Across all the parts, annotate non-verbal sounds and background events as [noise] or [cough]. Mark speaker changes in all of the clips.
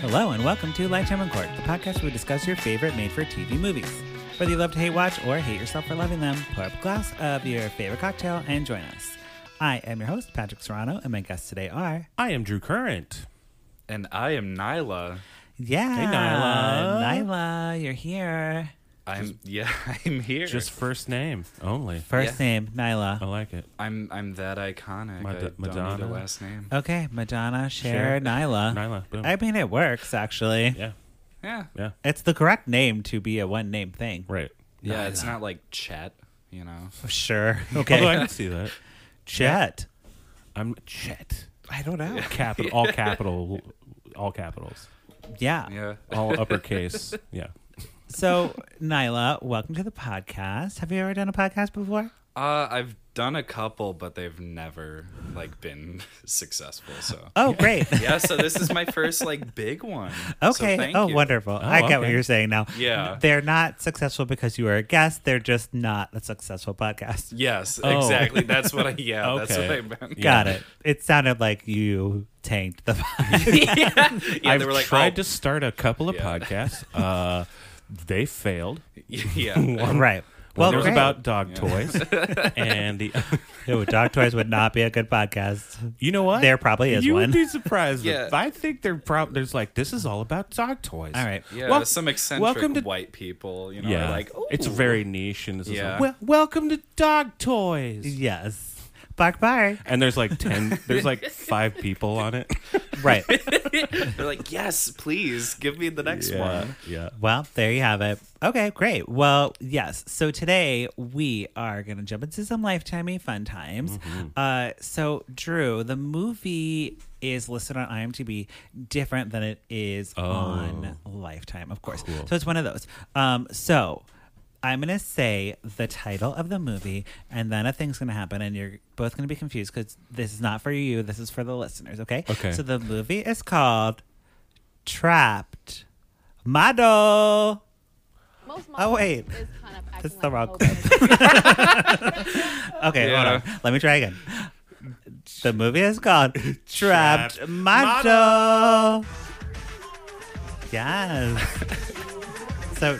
Speaker 1: Hello and welcome to Lifetime on Court, the podcast where we discuss your favorite made-for-TV movies. Whether you love to hate watch or hate yourself for loving them, pour up a glass of your favorite cocktail and join us. I am your host, Patrick Serrano, and my guests today are
Speaker 2: I am Drew Current.
Speaker 3: And I am Nyla.
Speaker 1: Yeah,
Speaker 2: Hey, Nyla.
Speaker 1: Nyla, you're here.
Speaker 3: I'm [laughs] yeah, I'm here.
Speaker 2: Just first name only.
Speaker 1: First
Speaker 3: Yeah.
Speaker 1: name Nyla.
Speaker 2: I like it.
Speaker 3: I'm I'm that iconic.
Speaker 2: Mad-
Speaker 3: I don't need
Speaker 2: Madonna.
Speaker 3: a last name.
Speaker 1: Okay, Madonna, Cher,
Speaker 2: Cher,
Speaker 1: Nyla.
Speaker 2: Nyla, boom.
Speaker 1: I mean, it works actually.
Speaker 2: Yeah.
Speaker 3: Yeah.
Speaker 2: Yeah.
Speaker 1: It's the correct name to be a one-name thing.
Speaker 2: Right.
Speaker 3: Yeah, it's not like Chet,
Speaker 2: [laughs]
Speaker 3: you know.
Speaker 1: Sure.
Speaker 2: Although I
Speaker 1: Okay.
Speaker 2: can see that.
Speaker 1: Chet.
Speaker 2: I'm Chet.
Speaker 1: I don't know.
Speaker 2: [laughs] Capital. All capital. All capitals.
Speaker 1: Yeah.
Speaker 3: Yeah.
Speaker 1: [laughs]
Speaker 2: All uppercase. Yeah.
Speaker 1: So, Nyla, welcome to the podcast. Have you ever done a podcast before?
Speaker 3: Uh I've done a couple, but they've never like been [laughs] successful. So
Speaker 1: Oh, great.
Speaker 3: [laughs] Yeah, so this is my
Speaker 2: [laughs]
Speaker 3: first like big one. So
Speaker 1: Okay.
Speaker 3: thank
Speaker 1: oh,
Speaker 3: you.
Speaker 1: wonderful. I get what
Speaker 2: okay.
Speaker 1: you're saying now.
Speaker 3: Yeah.
Speaker 1: They're not successful because you were a guest. They're just not a successful podcast.
Speaker 3: Yes,
Speaker 2: Oh.
Speaker 3: exactly. That's what I yeah, that's what
Speaker 2: Okay.
Speaker 3: I meant.
Speaker 1: Got it. It sounded like you tanked the podcast.
Speaker 3: [laughs] Yeah,
Speaker 2: I've
Speaker 3: they were like
Speaker 2: tried
Speaker 3: oh.
Speaker 2: to start a couple of
Speaker 1: [laughs]
Speaker 3: Yeah.
Speaker 2: podcasts. Uh, they failed.
Speaker 3: [laughs] Yeah.
Speaker 1: right.
Speaker 2: [laughs]
Speaker 1: Well,
Speaker 2: Well, there was
Speaker 1: great.
Speaker 2: about dog
Speaker 1: [laughs]
Speaker 2: toys, and the.
Speaker 1: Ew, Dog Toys would not be a good podcast.
Speaker 3: [laughs]
Speaker 2: You know what?
Speaker 1: There probably is
Speaker 2: you
Speaker 1: one.
Speaker 2: would be
Speaker 1: [laughs]
Speaker 2: surprised.
Speaker 3: Yeah.
Speaker 2: if- I think they're prob- there's like this is all about dog toys.
Speaker 1: All right.
Speaker 3: Yeah,
Speaker 2: Wel-
Speaker 3: some eccentric
Speaker 2: welcome to-
Speaker 3: white people, you know,
Speaker 2: Yeah,
Speaker 3: are like "Oh,
Speaker 2: it's
Speaker 3: "Ooh."
Speaker 2: very niche, and it's just
Speaker 3: Yeah.
Speaker 2: like, well, welcome to dog toys.
Speaker 1: Yes. Bark,
Speaker 3: [laughs]
Speaker 1: bark.
Speaker 2: And there's like ten, there's like five people on it.
Speaker 1: Right.
Speaker 3: [laughs] They're like, yes, please give me the next
Speaker 1: [laughs]
Speaker 3: one.
Speaker 2: yeah.
Speaker 1: Well, there you have it. Okay, great. Well, yes. So today we are going to jump into some lifetimey fun times. Uh, so, Drew, the movie is listed on IMDb different than it is on Lifetime, of course. So it's one of those. Um, so I'm going to say the title of the movie, and then a thing's going to happen, and you're both going to be confused because this is not for you. This is for the listeners, okay?
Speaker 2: Okay.
Speaker 1: So the movie is called Trapped. Model.
Speaker 4: Most models
Speaker 1: Oh, wait.
Speaker 4: Is kind of acting
Speaker 1: That's the
Speaker 4: like
Speaker 1: wrong
Speaker 4: hobo.
Speaker 1: Okay,
Speaker 3: Yeah.
Speaker 1: hold on. Let me try again. The movie is
Speaker 2: [laughs]
Speaker 1: called Trapped,
Speaker 2: Trapped
Speaker 1: Model.
Speaker 2: [laughs]
Speaker 1: Yes. so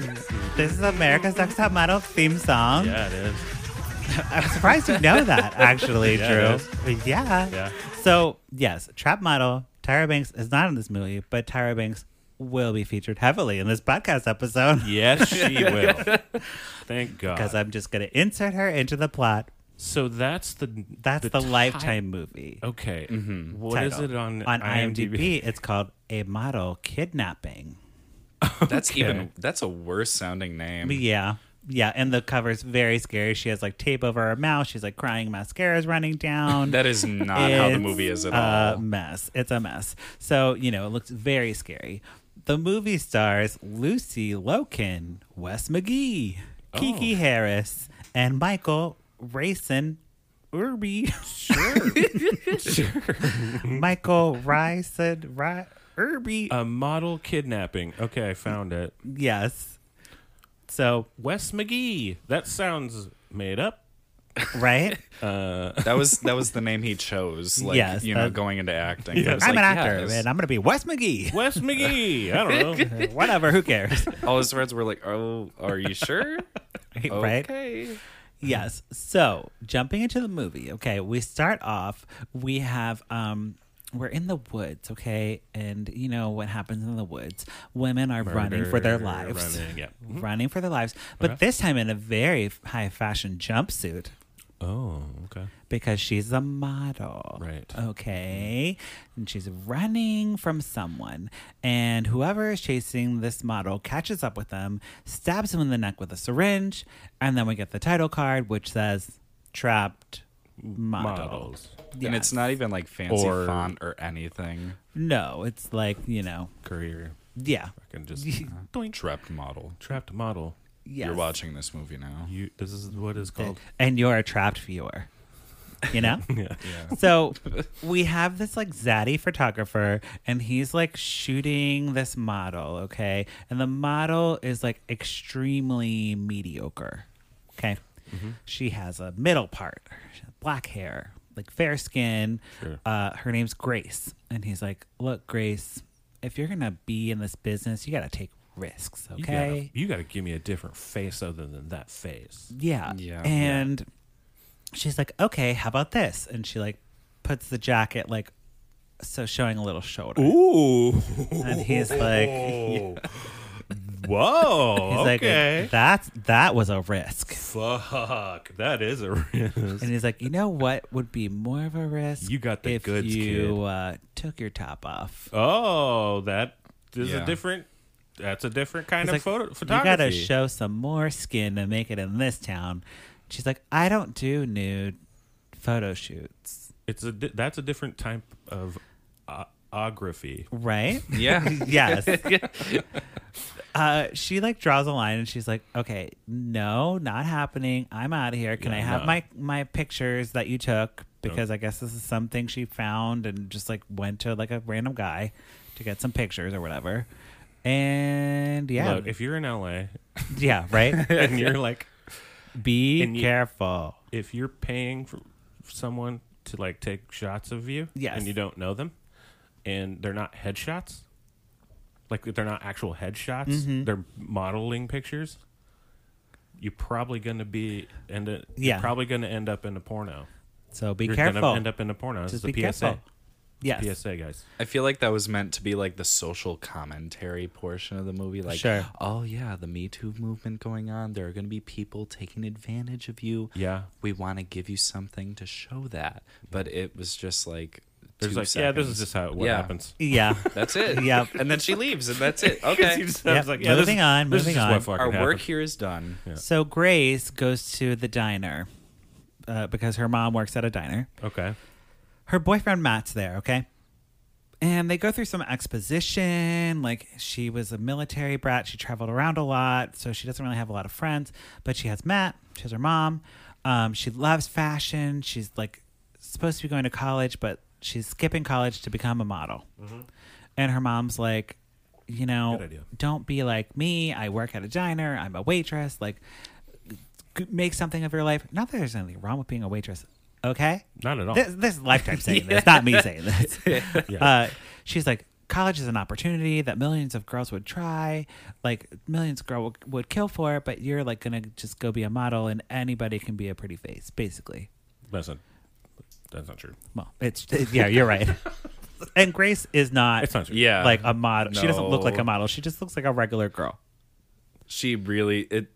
Speaker 1: this is America's Next Top Model theme song.
Speaker 2: Yeah, it is.
Speaker 1: I'm surprised you know
Speaker 2: [laughs]
Speaker 1: that, actually,
Speaker 2: Yeah, it
Speaker 1: Drew. Yeah.
Speaker 2: Yeah.
Speaker 1: So yes, Trap Model Tyra Banks is not in this movie, but Tyra Banks will be featured heavily in this podcast episode.
Speaker 2: Yes, she will. Thank God.
Speaker 1: Because I'm just gonna insert her into the plot.
Speaker 2: so that's the
Speaker 1: That's the,
Speaker 2: ti-
Speaker 1: lifetime movie.
Speaker 2: Okay. What is
Speaker 1: title.
Speaker 2: it on
Speaker 1: on IMDb? It's called A Model Kidnapping.
Speaker 3: That's
Speaker 2: Okay.
Speaker 3: even that's a worse sounding name.
Speaker 1: Yeah. Yeah, and the cover's very scary. She has like tape over her mouth. She's like crying, mascara's running
Speaker 3: [laughs]
Speaker 1: down.
Speaker 3: That is not how the
Speaker 1: It's
Speaker 3: movie is at
Speaker 1: a
Speaker 3: all.
Speaker 1: mess. It's a mess. So, you know, it looks very scary. The movie stars Lucy Loken, Wes McGee, Kiki Harris, and Michael Rayson Irby. [laughs]
Speaker 2: Sure.
Speaker 1: Michael Ryson Ry- Irby.
Speaker 2: A model kidnapping. Okay, I found it.
Speaker 1: yes. So,
Speaker 2: Wes McGee. That sounds made up.
Speaker 3: [laughs]
Speaker 1: right?
Speaker 3: That was that was the name
Speaker 1: [laughs]
Speaker 3: he chose. Like
Speaker 1: uh, Yes,
Speaker 3: you know,
Speaker 1: that-
Speaker 3: going
Speaker 1: [laughs]
Speaker 3: into acting. I was
Speaker 1: I'm
Speaker 3: like,
Speaker 1: an actor,
Speaker 3: yes.
Speaker 1: and I'm going to be Wes [laughs] McGee.
Speaker 2: Wes McGee. I don't know.
Speaker 1: Whatever, who cares?
Speaker 3: all his friends were like, "Oh, are you sure?"
Speaker 1: [laughs] Right?
Speaker 3: [laughs] Okay.
Speaker 1: Yes. So jumping into the movie, okay, we start off. We have um we're in the woods, okay? And you know what happens in the woods. Women are running for their
Speaker 2: Murder,
Speaker 1: lives.
Speaker 2: running, yeah.
Speaker 1: Running for their lives. But this time in a very high fashion jumpsuit
Speaker 2: Oh, okay.
Speaker 1: because she's a model.
Speaker 2: Right.
Speaker 1: Okay. And she's running from someone. And whoever is chasing this model catches up with them, stabs him in the neck with a syringe. And then we get the title card, which says Trapped Model.
Speaker 2: Models.
Speaker 3: And it's not even like fancy
Speaker 2: Or-
Speaker 3: font or anything.
Speaker 1: No, it's like, you know,
Speaker 2: Career.
Speaker 1: yeah. [laughs]
Speaker 2: Fucking just
Speaker 3: Trapped model.
Speaker 2: trapped model.
Speaker 1: Yes.
Speaker 3: You're watching this movie now.
Speaker 2: You. This is what it's called. [laughs]
Speaker 1: And you're a trapped viewer. You know?
Speaker 2: yeah.
Speaker 3: Yeah.
Speaker 1: [laughs] so we have this like zaddy photographer and he's like shooting this model okay and the model is like extremely mediocre okay
Speaker 2: Mm-hmm.
Speaker 1: she has a middle part she has black hair like fair skin
Speaker 2: Sure.
Speaker 1: uh, her name's grace and he's like look grace if you're gonna be in this business, you gotta take risks.
Speaker 2: You gotta-
Speaker 1: Okay.
Speaker 2: You got to give me a different face other than that face.
Speaker 1: Yeah.
Speaker 3: Yeah.
Speaker 1: And she's like, okay, how about this? And she like puts the jacket like so showing a little shoulder.
Speaker 2: Ooh.
Speaker 1: And he's like,
Speaker 2: [laughs] Whoa.
Speaker 1: he's
Speaker 2: okay.
Speaker 1: like, that's that was a risk.
Speaker 2: Fuck. That is a [laughs] risk.
Speaker 1: And he's like, you know what would be more of a risk?
Speaker 2: You got the
Speaker 1: if
Speaker 2: goods,
Speaker 1: you
Speaker 2: kid.
Speaker 1: Uh, took your top off.
Speaker 2: Oh, that is a
Speaker 3: Yeah.
Speaker 2: different. That's a different kind
Speaker 1: He's
Speaker 2: of
Speaker 1: like,
Speaker 2: photo
Speaker 1: You gotta
Speaker 2: photography.
Speaker 1: show some more skin to make it in this town. She's like, I don't do nude photo shoots,
Speaker 2: it's a di- that's a different type of uh, ography.
Speaker 1: right?
Speaker 3: Yeah.
Speaker 1: [laughs]
Speaker 3: [laughs]
Speaker 1: yes. uh, she like draws a line and she's like, "Okay, no, not happening. I'm out of here. Can
Speaker 2: Yeah,
Speaker 1: I have
Speaker 2: no.
Speaker 1: my my pictures that you took? Because I guess this is something she found and just like went to like a random guy to get some pictures or whatever." And yeah,
Speaker 2: Look, if you're in LA
Speaker 1: [laughs] yeah,
Speaker 2: [laughs]
Speaker 1: right.
Speaker 2: and you're like,
Speaker 1: Be
Speaker 2: And you-
Speaker 1: careful.
Speaker 2: if you're paying for someone to like take shots of you,
Speaker 1: Yes.
Speaker 2: and you don't know them, and they're not headshots, like they're not actual headshots,
Speaker 1: Mm-hmm.
Speaker 2: they're modeling pictures. You're probably gonna be end up,
Speaker 1: Yeah.
Speaker 2: You're probably gonna end up in a porno.
Speaker 1: So be
Speaker 2: you're
Speaker 1: careful.
Speaker 2: gonna end up in a porno. This
Speaker 1: Just
Speaker 2: is a
Speaker 1: be
Speaker 2: PSA.
Speaker 1: careful. yes.
Speaker 2: PSA, guys.
Speaker 3: I feel like that was meant to be like the social commentary portion of the movie. Like,
Speaker 1: Sure.
Speaker 3: oh, yeah, the Me Too movement going on. There are going to be people taking advantage of you.
Speaker 2: Yeah.
Speaker 3: We want to give you something to show that. But it was just like,
Speaker 2: There's
Speaker 3: two
Speaker 2: like, yeah, this
Speaker 3: seconds.
Speaker 2: is just how what
Speaker 3: Yeah.
Speaker 2: happens. [laughs]
Speaker 1: Yeah.
Speaker 3: That's it.
Speaker 1: Yep.
Speaker 3: And then she leaves, and that's it. Okay.
Speaker 2: You just- I
Speaker 1: [laughs]
Speaker 2: was
Speaker 1: Yep.
Speaker 2: like, yeah, this-
Speaker 1: Moving on,
Speaker 2: this is
Speaker 1: moving
Speaker 2: just
Speaker 1: on.
Speaker 2: what fucking
Speaker 3: Our work
Speaker 2: happens.
Speaker 3: here is done.
Speaker 1: So Grace goes to the diner uh, because her mom works at a diner.
Speaker 2: Okay.
Speaker 1: her boyfriend Matt's there, okay? And they go through some exposition. Like, she was a military brat. She traveled around a lot. So she doesn't really have a lot of friends, but she has Matt. She has her mom. Um, she loves fashion. She's like supposed to be going to college, but she's skipping college to become a model. And her mom's like, you know,
Speaker 2: Mm-hmm. Good idea.
Speaker 1: don't be like me. I work at a diner. I'm a waitress. Like, g- make something of your life. Not that there's anything wrong with being a waitress, okay?
Speaker 2: Not at all.
Speaker 1: This, this is Lifetime saying
Speaker 2: [laughs]
Speaker 1: this, not me saying this.
Speaker 2: Yeah.
Speaker 1: Uh, she's like, college is an opportunity that millions of girls would try, like millions of girls would, would kill for, but you're like gonna just go be a model, and anybody can be a pretty face, basically.
Speaker 2: That's not. That's not true.
Speaker 1: Well, it's it- yeah, you're
Speaker 2: [laughs]
Speaker 1: right. and Grace is not,
Speaker 2: It's not true.
Speaker 3: Yeah.
Speaker 1: like a model. She doesn't look like
Speaker 3: No.
Speaker 1: a model. She just looks like a regular girl.
Speaker 3: She really, it,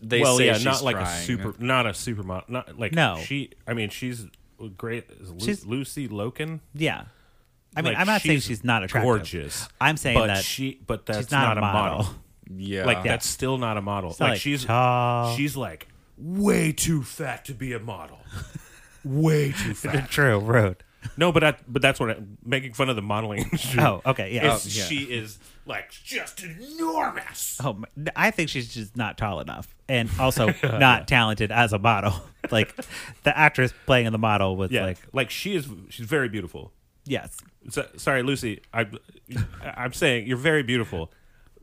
Speaker 3: they
Speaker 2: well,
Speaker 3: say
Speaker 2: yeah,
Speaker 3: she's
Speaker 2: not like
Speaker 3: trying.
Speaker 2: a super, not a supermodel, not like
Speaker 1: No.
Speaker 2: She, I mean, she's great. is Lu-
Speaker 1: She's-
Speaker 2: Lucy Loken.
Speaker 1: Yeah. I mean,
Speaker 2: Like,
Speaker 1: I'm not saying
Speaker 2: she's
Speaker 1: she's not attractive.
Speaker 2: Gorgeous.
Speaker 1: I'm saying
Speaker 2: but
Speaker 1: that
Speaker 2: she, but that's
Speaker 1: she's not, a model.
Speaker 3: Yeah.
Speaker 2: Like that's still not a model.
Speaker 1: not,
Speaker 2: like,
Speaker 1: like,
Speaker 2: she's
Speaker 1: tall.
Speaker 2: she's like way too fat to be a model.
Speaker 1: [laughs]
Speaker 2: way too fat.
Speaker 1: True, rude.
Speaker 2: no, but that, but that's what I, making fun of the modeling.
Speaker 1: [laughs]
Speaker 2: industry
Speaker 1: Oh, okay, yeah.
Speaker 2: is
Speaker 1: Oh,
Speaker 2: She is like just enormous.
Speaker 1: Oh, my- I think she's just not tall enough, and also
Speaker 2: [laughs]
Speaker 1: not talented as a model. [laughs] like the actress playing the model was
Speaker 2: Yeah,
Speaker 1: like,
Speaker 2: like, she is. She's very beautiful.
Speaker 1: yes,
Speaker 2: So, sorry, Lucy. I, I'm saying you're very beautiful.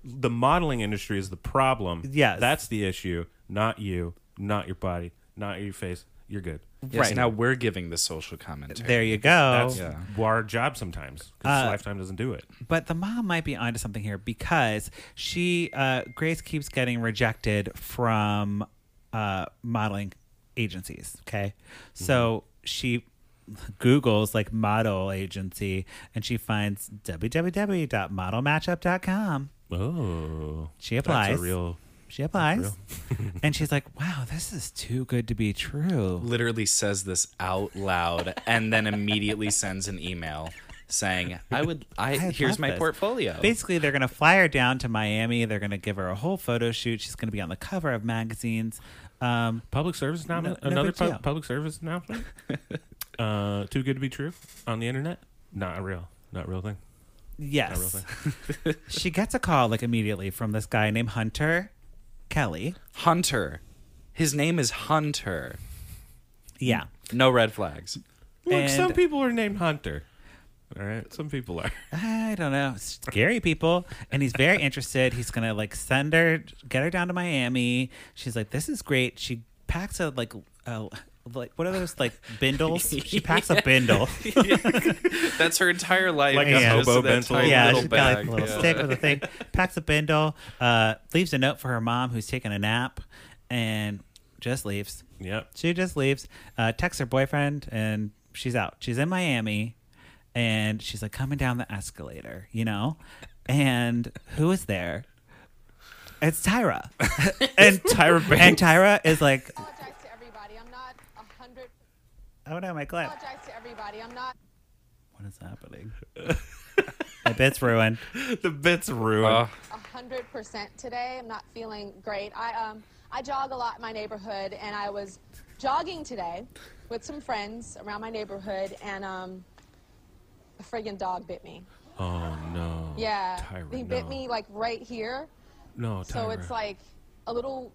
Speaker 2: The modeling industry is the problem.
Speaker 1: Yes.
Speaker 2: that's the issue. Not you. Not your body. Not your face. You're good.
Speaker 3: Yes,
Speaker 1: right.
Speaker 3: now we're giving the social commentary.
Speaker 1: there you go.
Speaker 2: That's
Speaker 3: Yeah.
Speaker 2: our job sometimes.
Speaker 1: Uh,
Speaker 2: 'cause lifetime doesn't do it.
Speaker 1: But the mom might be onto something here because she, uh, Grace, keeps getting rejected from uh, modeling agencies. Okay,
Speaker 2: Mm-hmm.
Speaker 1: so she Google's like model agency, and she finds www.modelmatchup.com.
Speaker 2: Oh,
Speaker 1: She applies.
Speaker 2: That's a real.
Speaker 1: She applies. and she's like, wow, this is too good to be true.
Speaker 3: literally says this out loud and then immediately sends an email saying, "I would I,
Speaker 1: I
Speaker 3: here's
Speaker 1: love
Speaker 3: my
Speaker 1: this.
Speaker 3: portfolio."
Speaker 1: Basically, they're going to fly her down to Miami. They're going to give her a whole photo shoot. She's going to be on the cover of magazines. Um,
Speaker 2: Public service announcement.
Speaker 1: no
Speaker 2: another
Speaker 1: big deal.
Speaker 2: pub, public service
Speaker 1: [laughs]
Speaker 2: announcement. uh, too good to be true on the internet. Not a real. Not a real thing. Not a real
Speaker 1: yes.
Speaker 2: thing.
Speaker 1: [laughs] she gets a call like immediately from this guy named Hunter Kelly.
Speaker 3: Hunter. His name is Hunter.
Speaker 1: Yeah.
Speaker 3: No red flags.
Speaker 2: Look, some
Speaker 1: And-
Speaker 2: people are named Hunter. All right, some people are. [laughs]
Speaker 1: I don't know. Scary people. And he's
Speaker 3: [laughs]
Speaker 1: very interested. He's gonna like send her get her down to Miami. She's like, This is great. She packs a like a like what are those like bindles? She packs
Speaker 3: [laughs]
Speaker 1: a bindle.
Speaker 3: That's her entire life.
Speaker 2: Like
Speaker 1: a
Speaker 3: is just
Speaker 2: hobo
Speaker 3: that
Speaker 2: bento.
Speaker 3: tiny
Speaker 1: yeah,
Speaker 3: little
Speaker 1: she's got like
Speaker 3: bag,
Speaker 1: a little
Speaker 3: yeah.
Speaker 1: stick with a thing. Packs a bindle, uh, leaves a note for her mom who's taking a nap, and just leaves.
Speaker 2: Yep.
Speaker 1: She just leaves, uh, texts her boyfriend, and she's out. She's in Miami, and she's like coming down the escalator, you know? And who is there? It's
Speaker 2: [laughs]
Speaker 1: Tyra. and Tyra And Tyra is like,
Speaker 4: apologize to everybody. I'm not a hundred.
Speaker 1: oh no, my clip.
Speaker 4: Apologize to everybody. I'm not.
Speaker 1: What is
Speaker 2: [laughs]
Speaker 1: happening? My bit's ruined.
Speaker 2: The bit's ruined.
Speaker 3: Uh,
Speaker 4: a hundred percent today. I'm not feeling great. I um I jog a lot in my neighborhood, and I was jogging today with some friends around my neighborhood, and um a friggin' dog bit me.
Speaker 2: oh no.
Speaker 4: Yeah,
Speaker 2: Tyra,
Speaker 4: he bit
Speaker 2: no.
Speaker 4: me like right here,
Speaker 2: No, Tyra.
Speaker 4: so it's like a little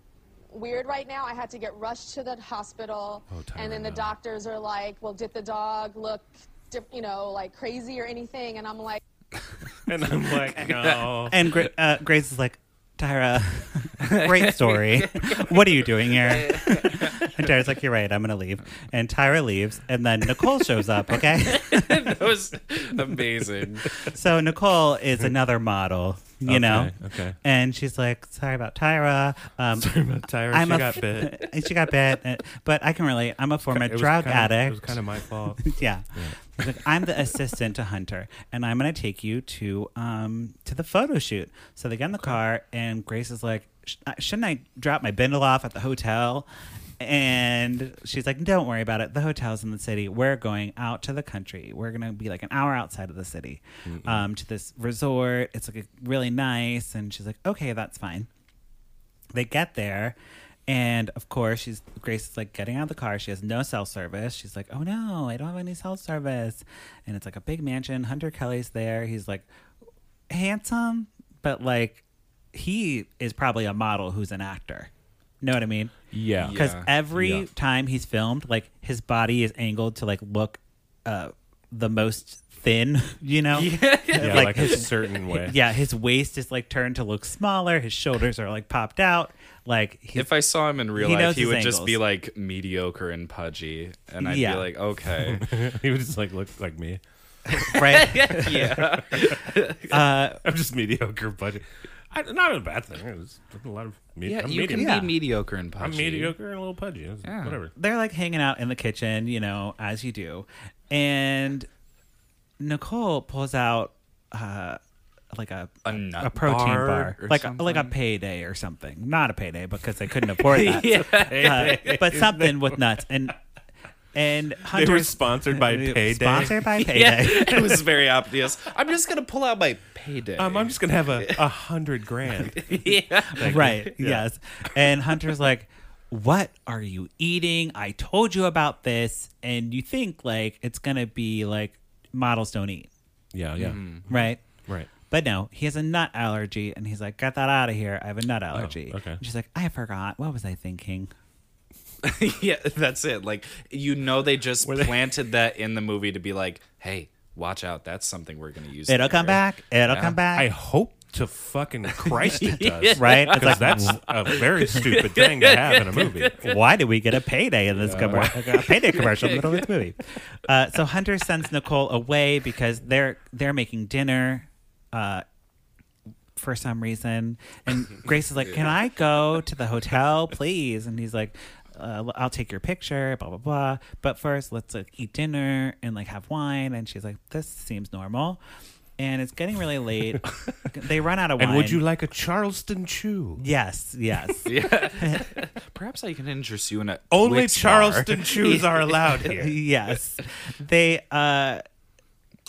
Speaker 4: weird right now. I had to get rushed to the hospital,
Speaker 2: Oh, Tyra,
Speaker 4: and then the
Speaker 2: no.
Speaker 4: doctors are like, "Well, did the dog look, dif- you know, like crazy or anything?" And I'm like.
Speaker 2: and I'm
Speaker 1: [laughs]
Speaker 2: like, [laughs] no.
Speaker 1: And Gra- uh, Grace is like, Tyra, [laughs]
Speaker 2: [laughs]
Speaker 1: great story. what are you doing here? and Tyra's like, you're right, I'm going to leave. And Tyra leaves, and then Nicole shows up,
Speaker 2: [laughs]
Speaker 1: okay?
Speaker 3: [laughs] that was amazing.
Speaker 1: So Nicole is another model, you
Speaker 2: Okay,
Speaker 1: know.
Speaker 2: okay.
Speaker 1: And she's like, "Sorry about Tyra. Um,
Speaker 2: Sorry about Tyra.
Speaker 1: I'm
Speaker 2: she
Speaker 1: a-
Speaker 2: got bit.
Speaker 1: [laughs] she got bit, uh, but I can relate. I'm a former
Speaker 2: It was
Speaker 1: drug
Speaker 2: kinda- It was
Speaker 1: addict.
Speaker 2: kind of
Speaker 1: [laughs]
Speaker 2: my fault.
Speaker 1: yeah. She's like, I'm the assistant to Hunter, and I'm gonna take you to um to the photo shoot. So they get in the car, and Grace is like, "Sh- uh, "Shouldn't I drop my bindle off at the hotel?" And she's like, "Don't worry about it. The hotel's in the city. We're going out to the country. We're gonna be like an hour outside of the city, um, to this resort. It's like a, really nice." And she's like, "Okay, that's fine." they get there and of course she's grace is like getting out of the car she has no cell service she's like oh no i don't have any cell service and it's like a big mansion hunter kelly's there he's like handsome but like he is probably a model who's an actor know what i mean
Speaker 2: Yeah.
Speaker 1: because
Speaker 3: Yeah.
Speaker 1: every
Speaker 2: Yeah.
Speaker 1: time he's filmed like his body is angled to like look uh the most thin [laughs] you know
Speaker 2: [laughs] Yeah,
Speaker 1: like
Speaker 2: like, a certain
Speaker 1: [laughs]
Speaker 2: [laughs] way.
Speaker 1: yeah, his waist is like turned to look smaller. His shoulders are like popped out. Like he's,
Speaker 3: [laughs] If I saw him in real
Speaker 1: He knows
Speaker 3: life, he
Speaker 1: his
Speaker 3: would just be
Speaker 1: angles.
Speaker 3: like mediocre and pudgy, and I'd
Speaker 1: Yeah.
Speaker 3: be like,
Speaker 1: [laughs]
Speaker 3: okay,
Speaker 2: [laughs] he would just like look like me.
Speaker 1: right,
Speaker 3: yeah,
Speaker 2: I'm just mediocre, but I, not a bad thing. It's a lot of me-
Speaker 3: yeah.
Speaker 2: I'm
Speaker 3: You
Speaker 2: medium.
Speaker 3: can
Speaker 1: Yeah.
Speaker 3: be mediocre and
Speaker 2: I'm
Speaker 3: pudgy.
Speaker 2: mediocre and a little pudgy. It's-
Speaker 3: Yeah.
Speaker 2: Whatever.
Speaker 1: they're like hanging out in the kitchen, you know, as you do, and Nicole pulls out uh, like a
Speaker 3: A, nut
Speaker 1: a protein bar,
Speaker 3: or
Speaker 1: like a,
Speaker 3: something.
Speaker 1: like a payday or something. Not a payday because they couldn't afford that, Uh, but something with nuts and and
Speaker 2: They
Speaker 1: Hunter
Speaker 2: were sponsored by Payday.
Speaker 1: uh, Sponsored by
Speaker 3: yeah,
Speaker 1: payday.
Speaker 3: [laughs] it was very obvious. I'm just gonna pull out my payday.
Speaker 2: Um, I'm just gonna have a, a hundred
Speaker 1: [laughs]
Speaker 2: grand.
Speaker 1: right yes and hunter's like what are you eating i told you about this and you think like it's gonna be like models don't eat
Speaker 2: Yeah, yeah,
Speaker 1: right
Speaker 2: right.
Speaker 1: but no he has a nut allergy and he's like get that out of here i have a nut allergy
Speaker 2: okay.
Speaker 1: and she's like i forgot what was i thinking
Speaker 3: [laughs] yeah, that's it. Like you know, they just
Speaker 2: they-
Speaker 3: planted that in the movie to be like, hey, watch out. That's something we're gonna use.
Speaker 1: it'll come
Speaker 3: later." [laughs]
Speaker 1: back it'll come
Speaker 2: I
Speaker 1: back
Speaker 2: hope to fucking
Speaker 1: [laughs]
Speaker 2: Christ it [laughs] does.
Speaker 1: right it's
Speaker 2: Because
Speaker 1: like
Speaker 2: that's a very stupid thing to have in a [laughs] movie.
Speaker 1: [laughs] why did we get a payday in this
Speaker 2: [laughs]
Speaker 1: commercial? a payday commercial in the middle of this movie. Uh, so Hunter sends Nicole away because they're they're making dinner uh, for some reason,
Speaker 2: [laughs]
Speaker 1: and Grace is like, "Can I go to the hotel, please?" And he's like. Uh, I'll take your picture, blah blah blah. But first, let's like eat dinner and like have wine. And she's like, "This seems normal," and it's getting really
Speaker 2: [laughs]
Speaker 1: late. they run out of wine.
Speaker 2: And would you like a Charleston chew?
Speaker 1: Yes, yes.
Speaker 2: [laughs]
Speaker 3: [laughs] Perhaps I can interest you in a
Speaker 2: Only
Speaker 3: Wix bar. [laughs]
Speaker 2: Charleston chews are [laughs] allowed here.
Speaker 1: yes. They uh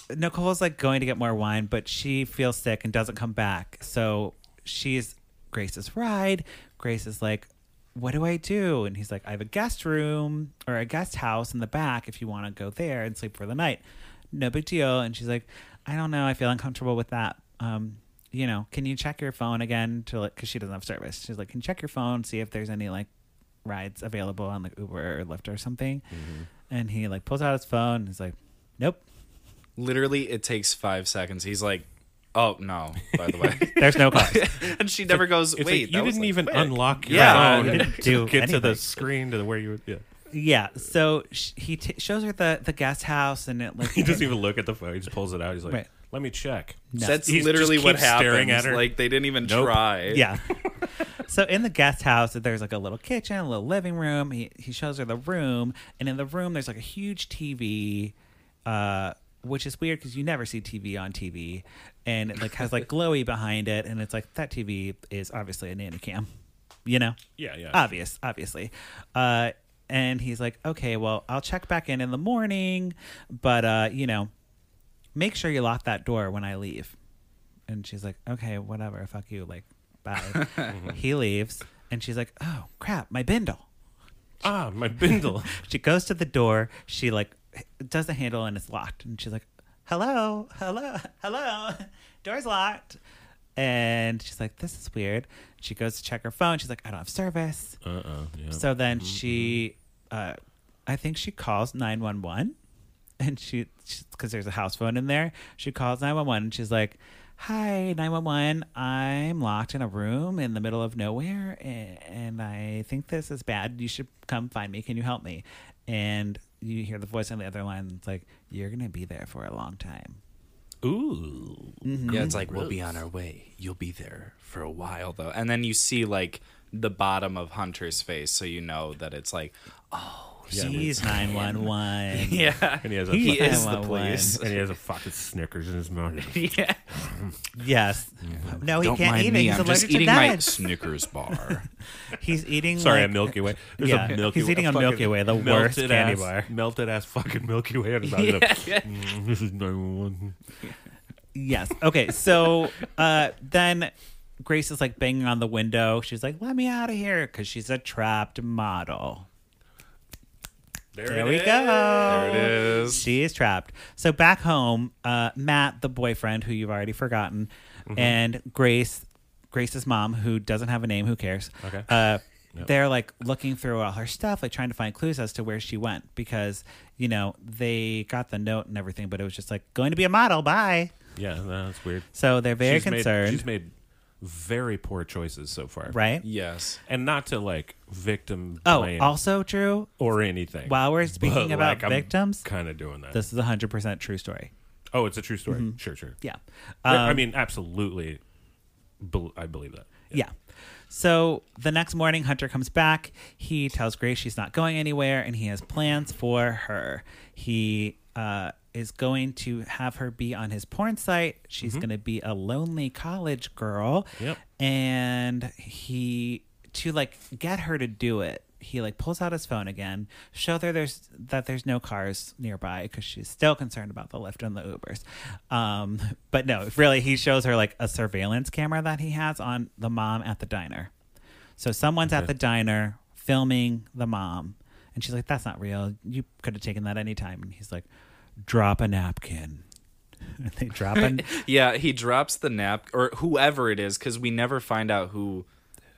Speaker 1: Nicole's like going to get more wine, but she feels sick and doesn't come back. So she's Grace's ride. Grace is like, What do I do? And he's like, I have a guest room or a guest house in the back if you want to go there and sleep for the night. No big deal. And she's like, I don't know. I feel uncomfortable with that. Um, you know, can you check your phone again to like, cause she doesn't have service. She's like, can you check your phone, see if there's any like rides available on like Uber or Lyft or something. And he like pulls out his phone and he's like, Nope,
Speaker 3: Literally, it takes five seconds. He's like, oh no, by the way.
Speaker 2: [laughs]
Speaker 3: [laughs]
Speaker 1: there's no [laughs] cost.
Speaker 3: and she never goes,
Speaker 2: It's
Speaker 3: wait,
Speaker 2: like, you
Speaker 3: that was,
Speaker 2: didn't
Speaker 3: like,
Speaker 2: even [laughs]
Speaker 3: quick."
Speaker 2: unlock your
Speaker 3: Yeah.
Speaker 2: phone
Speaker 1: You didn't
Speaker 2: to
Speaker 1: do
Speaker 2: get to the
Speaker 1: anything.
Speaker 2: [laughs] screen to where you. Yeah.
Speaker 1: yeah. So sh- he t- shows her the the guest house, and it like
Speaker 2: He doesn't even look at the phone. He just pulls it out. He's like,
Speaker 1: Right.
Speaker 2: "Let me check."
Speaker 3: That's
Speaker 2: He just
Speaker 3: literally what
Speaker 2: keeps staring
Speaker 3: happens.
Speaker 2: at her.
Speaker 3: Like they didn't even
Speaker 2: Nope.
Speaker 3: try.
Speaker 1: yeah. [laughs] so in the guest house, there's like a little kitchen, a little living room. He he shows her the room, and in the room there's like a huge TV, uh, which is weird because you never see TV on TV, and it like has like glowy behind it, and it's like that TV is obviously a nanny cam, you know?
Speaker 2: Yeah, yeah.
Speaker 1: Obvious, obviously. Uh, and he's like, okay, well, I'll check back in in the morning, but uh, you know, make sure you lock that door when I leave. And she's like, okay, whatever, fuck you, like, bye. he leaves, and she's like, oh crap, my bindle.
Speaker 2: ah, my [laughs] bindle.
Speaker 1: She goes to the door, she like h- does the handle, and it's locked. And she's like, hello, hello, hello, [laughs] door's locked. And she's like, this is weird. She goes to check her phone. She's like, I don't have service.
Speaker 2: uh uh Yeah.
Speaker 1: So then she, uh, I think she calls 911 and she, because there's a house phone in there, she calls 911 and she's like, Hi, 911. I'm locked in a room in the middle of nowhere and, and I think this is bad. You should come find me. Can you help me? And you hear the voice on the other line. It's like, You're going to be there for a long time.
Speaker 2: Ooh.
Speaker 3: Yeah, it's like we'll be on our way. You'll be there for a while though. And then you see like the bottom of Hunter's face, so you know that it's like, oh,
Speaker 1: She's 911.
Speaker 3: yeah,
Speaker 2: And he has a
Speaker 3: [laughs] he
Speaker 2: fucking-
Speaker 3: is the
Speaker 1: Well,
Speaker 3: police.
Speaker 2: And he has a fucking Snickers in his [laughs] mouth.
Speaker 3: yeah,
Speaker 1: Yes. No, he
Speaker 3: don't
Speaker 1: can't
Speaker 3: mind
Speaker 1: eat it.
Speaker 3: me.
Speaker 1: He's
Speaker 3: I'm
Speaker 1: allergic
Speaker 3: just
Speaker 1: to
Speaker 3: eating my
Speaker 1: nuts.
Speaker 3: Snickers bar.
Speaker 1: He's eating.
Speaker 2: Sorry,
Speaker 1: like,
Speaker 2: a
Speaker 1: [laughs]
Speaker 2: Milky Way. There's
Speaker 1: yeah.
Speaker 2: a Milky
Speaker 1: He's
Speaker 2: Way.
Speaker 1: eating a
Speaker 2: fucking
Speaker 1: Milky Way, the worst
Speaker 2: melted
Speaker 1: candy
Speaker 2: ass-
Speaker 1: bar.
Speaker 2: Melted ass fucking Milky Way.
Speaker 1: [laughs]
Speaker 2: on his mouth. He's like, "Mm, [laughs] This is 911.
Speaker 1: Yes. Okay. So uh, then Grace is like banging on the window. She's like, let me out of here because she's a trapped model. There we go.
Speaker 3: there it is.
Speaker 1: She is trapped. So back home, uh, Matt, the boyfriend who you've already forgotten,
Speaker 3: Mm-hmm.
Speaker 1: and Grace, Grace's mom, who doesn't have a name, who cares?
Speaker 2: Okay.
Speaker 1: Uh,
Speaker 2: Yep.
Speaker 1: They're like looking through all her stuff, like trying to find clues as to where she went because, you know, they got the note and everything, but it was just like, going to be a model. Bye.
Speaker 2: Yeah, no, that's weird.
Speaker 1: So they're very
Speaker 2: she's
Speaker 1: concerned.
Speaker 2: Made, she's made very poor choices so far.
Speaker 1: right?
Speaker 3: [laughs] Yes.
Speaker 2: And not to like victim
Speaker 1: Oh,
Speaker 2: blame
Speaker 1: also true.
Speaker 2: or anything.
Speaker 1: While we're speaking about victims,
Speaker 2: kind of doing that.
Speaker 1: this is a hundred percent true story.
Speaker 2: oh, it's a true story. Sure, sure.
Speaker 1: Yeah,
Speaker 2: I I
Speaker 1: Um,
Speaker 2: mean, absolutely. Bel I believe that.
Speaker 1: yeah. So the next morning, Hunter comes back. He tells Grace she's not going anywhere, and he has plans for her. He uh, is going to have her be on his porn site. She's going to be a lonely college girl.
Speaker 2: Yep.
Speaker 1: and he to like get her to do it he like pulls out his phone again show her there's that there's no cars nearby because she's still concerned about the lyft and the ubers um but no really he shows her like a surveillance camera that he has on the mom at the diner so someone's at the diner filming the mom and she's like that's not real you could have taken that any time and he's like drop a napkin [laughs] and they drop an
Speaker 3: [laughs] Yeah, he drops the nap or whoever it is because we never find out who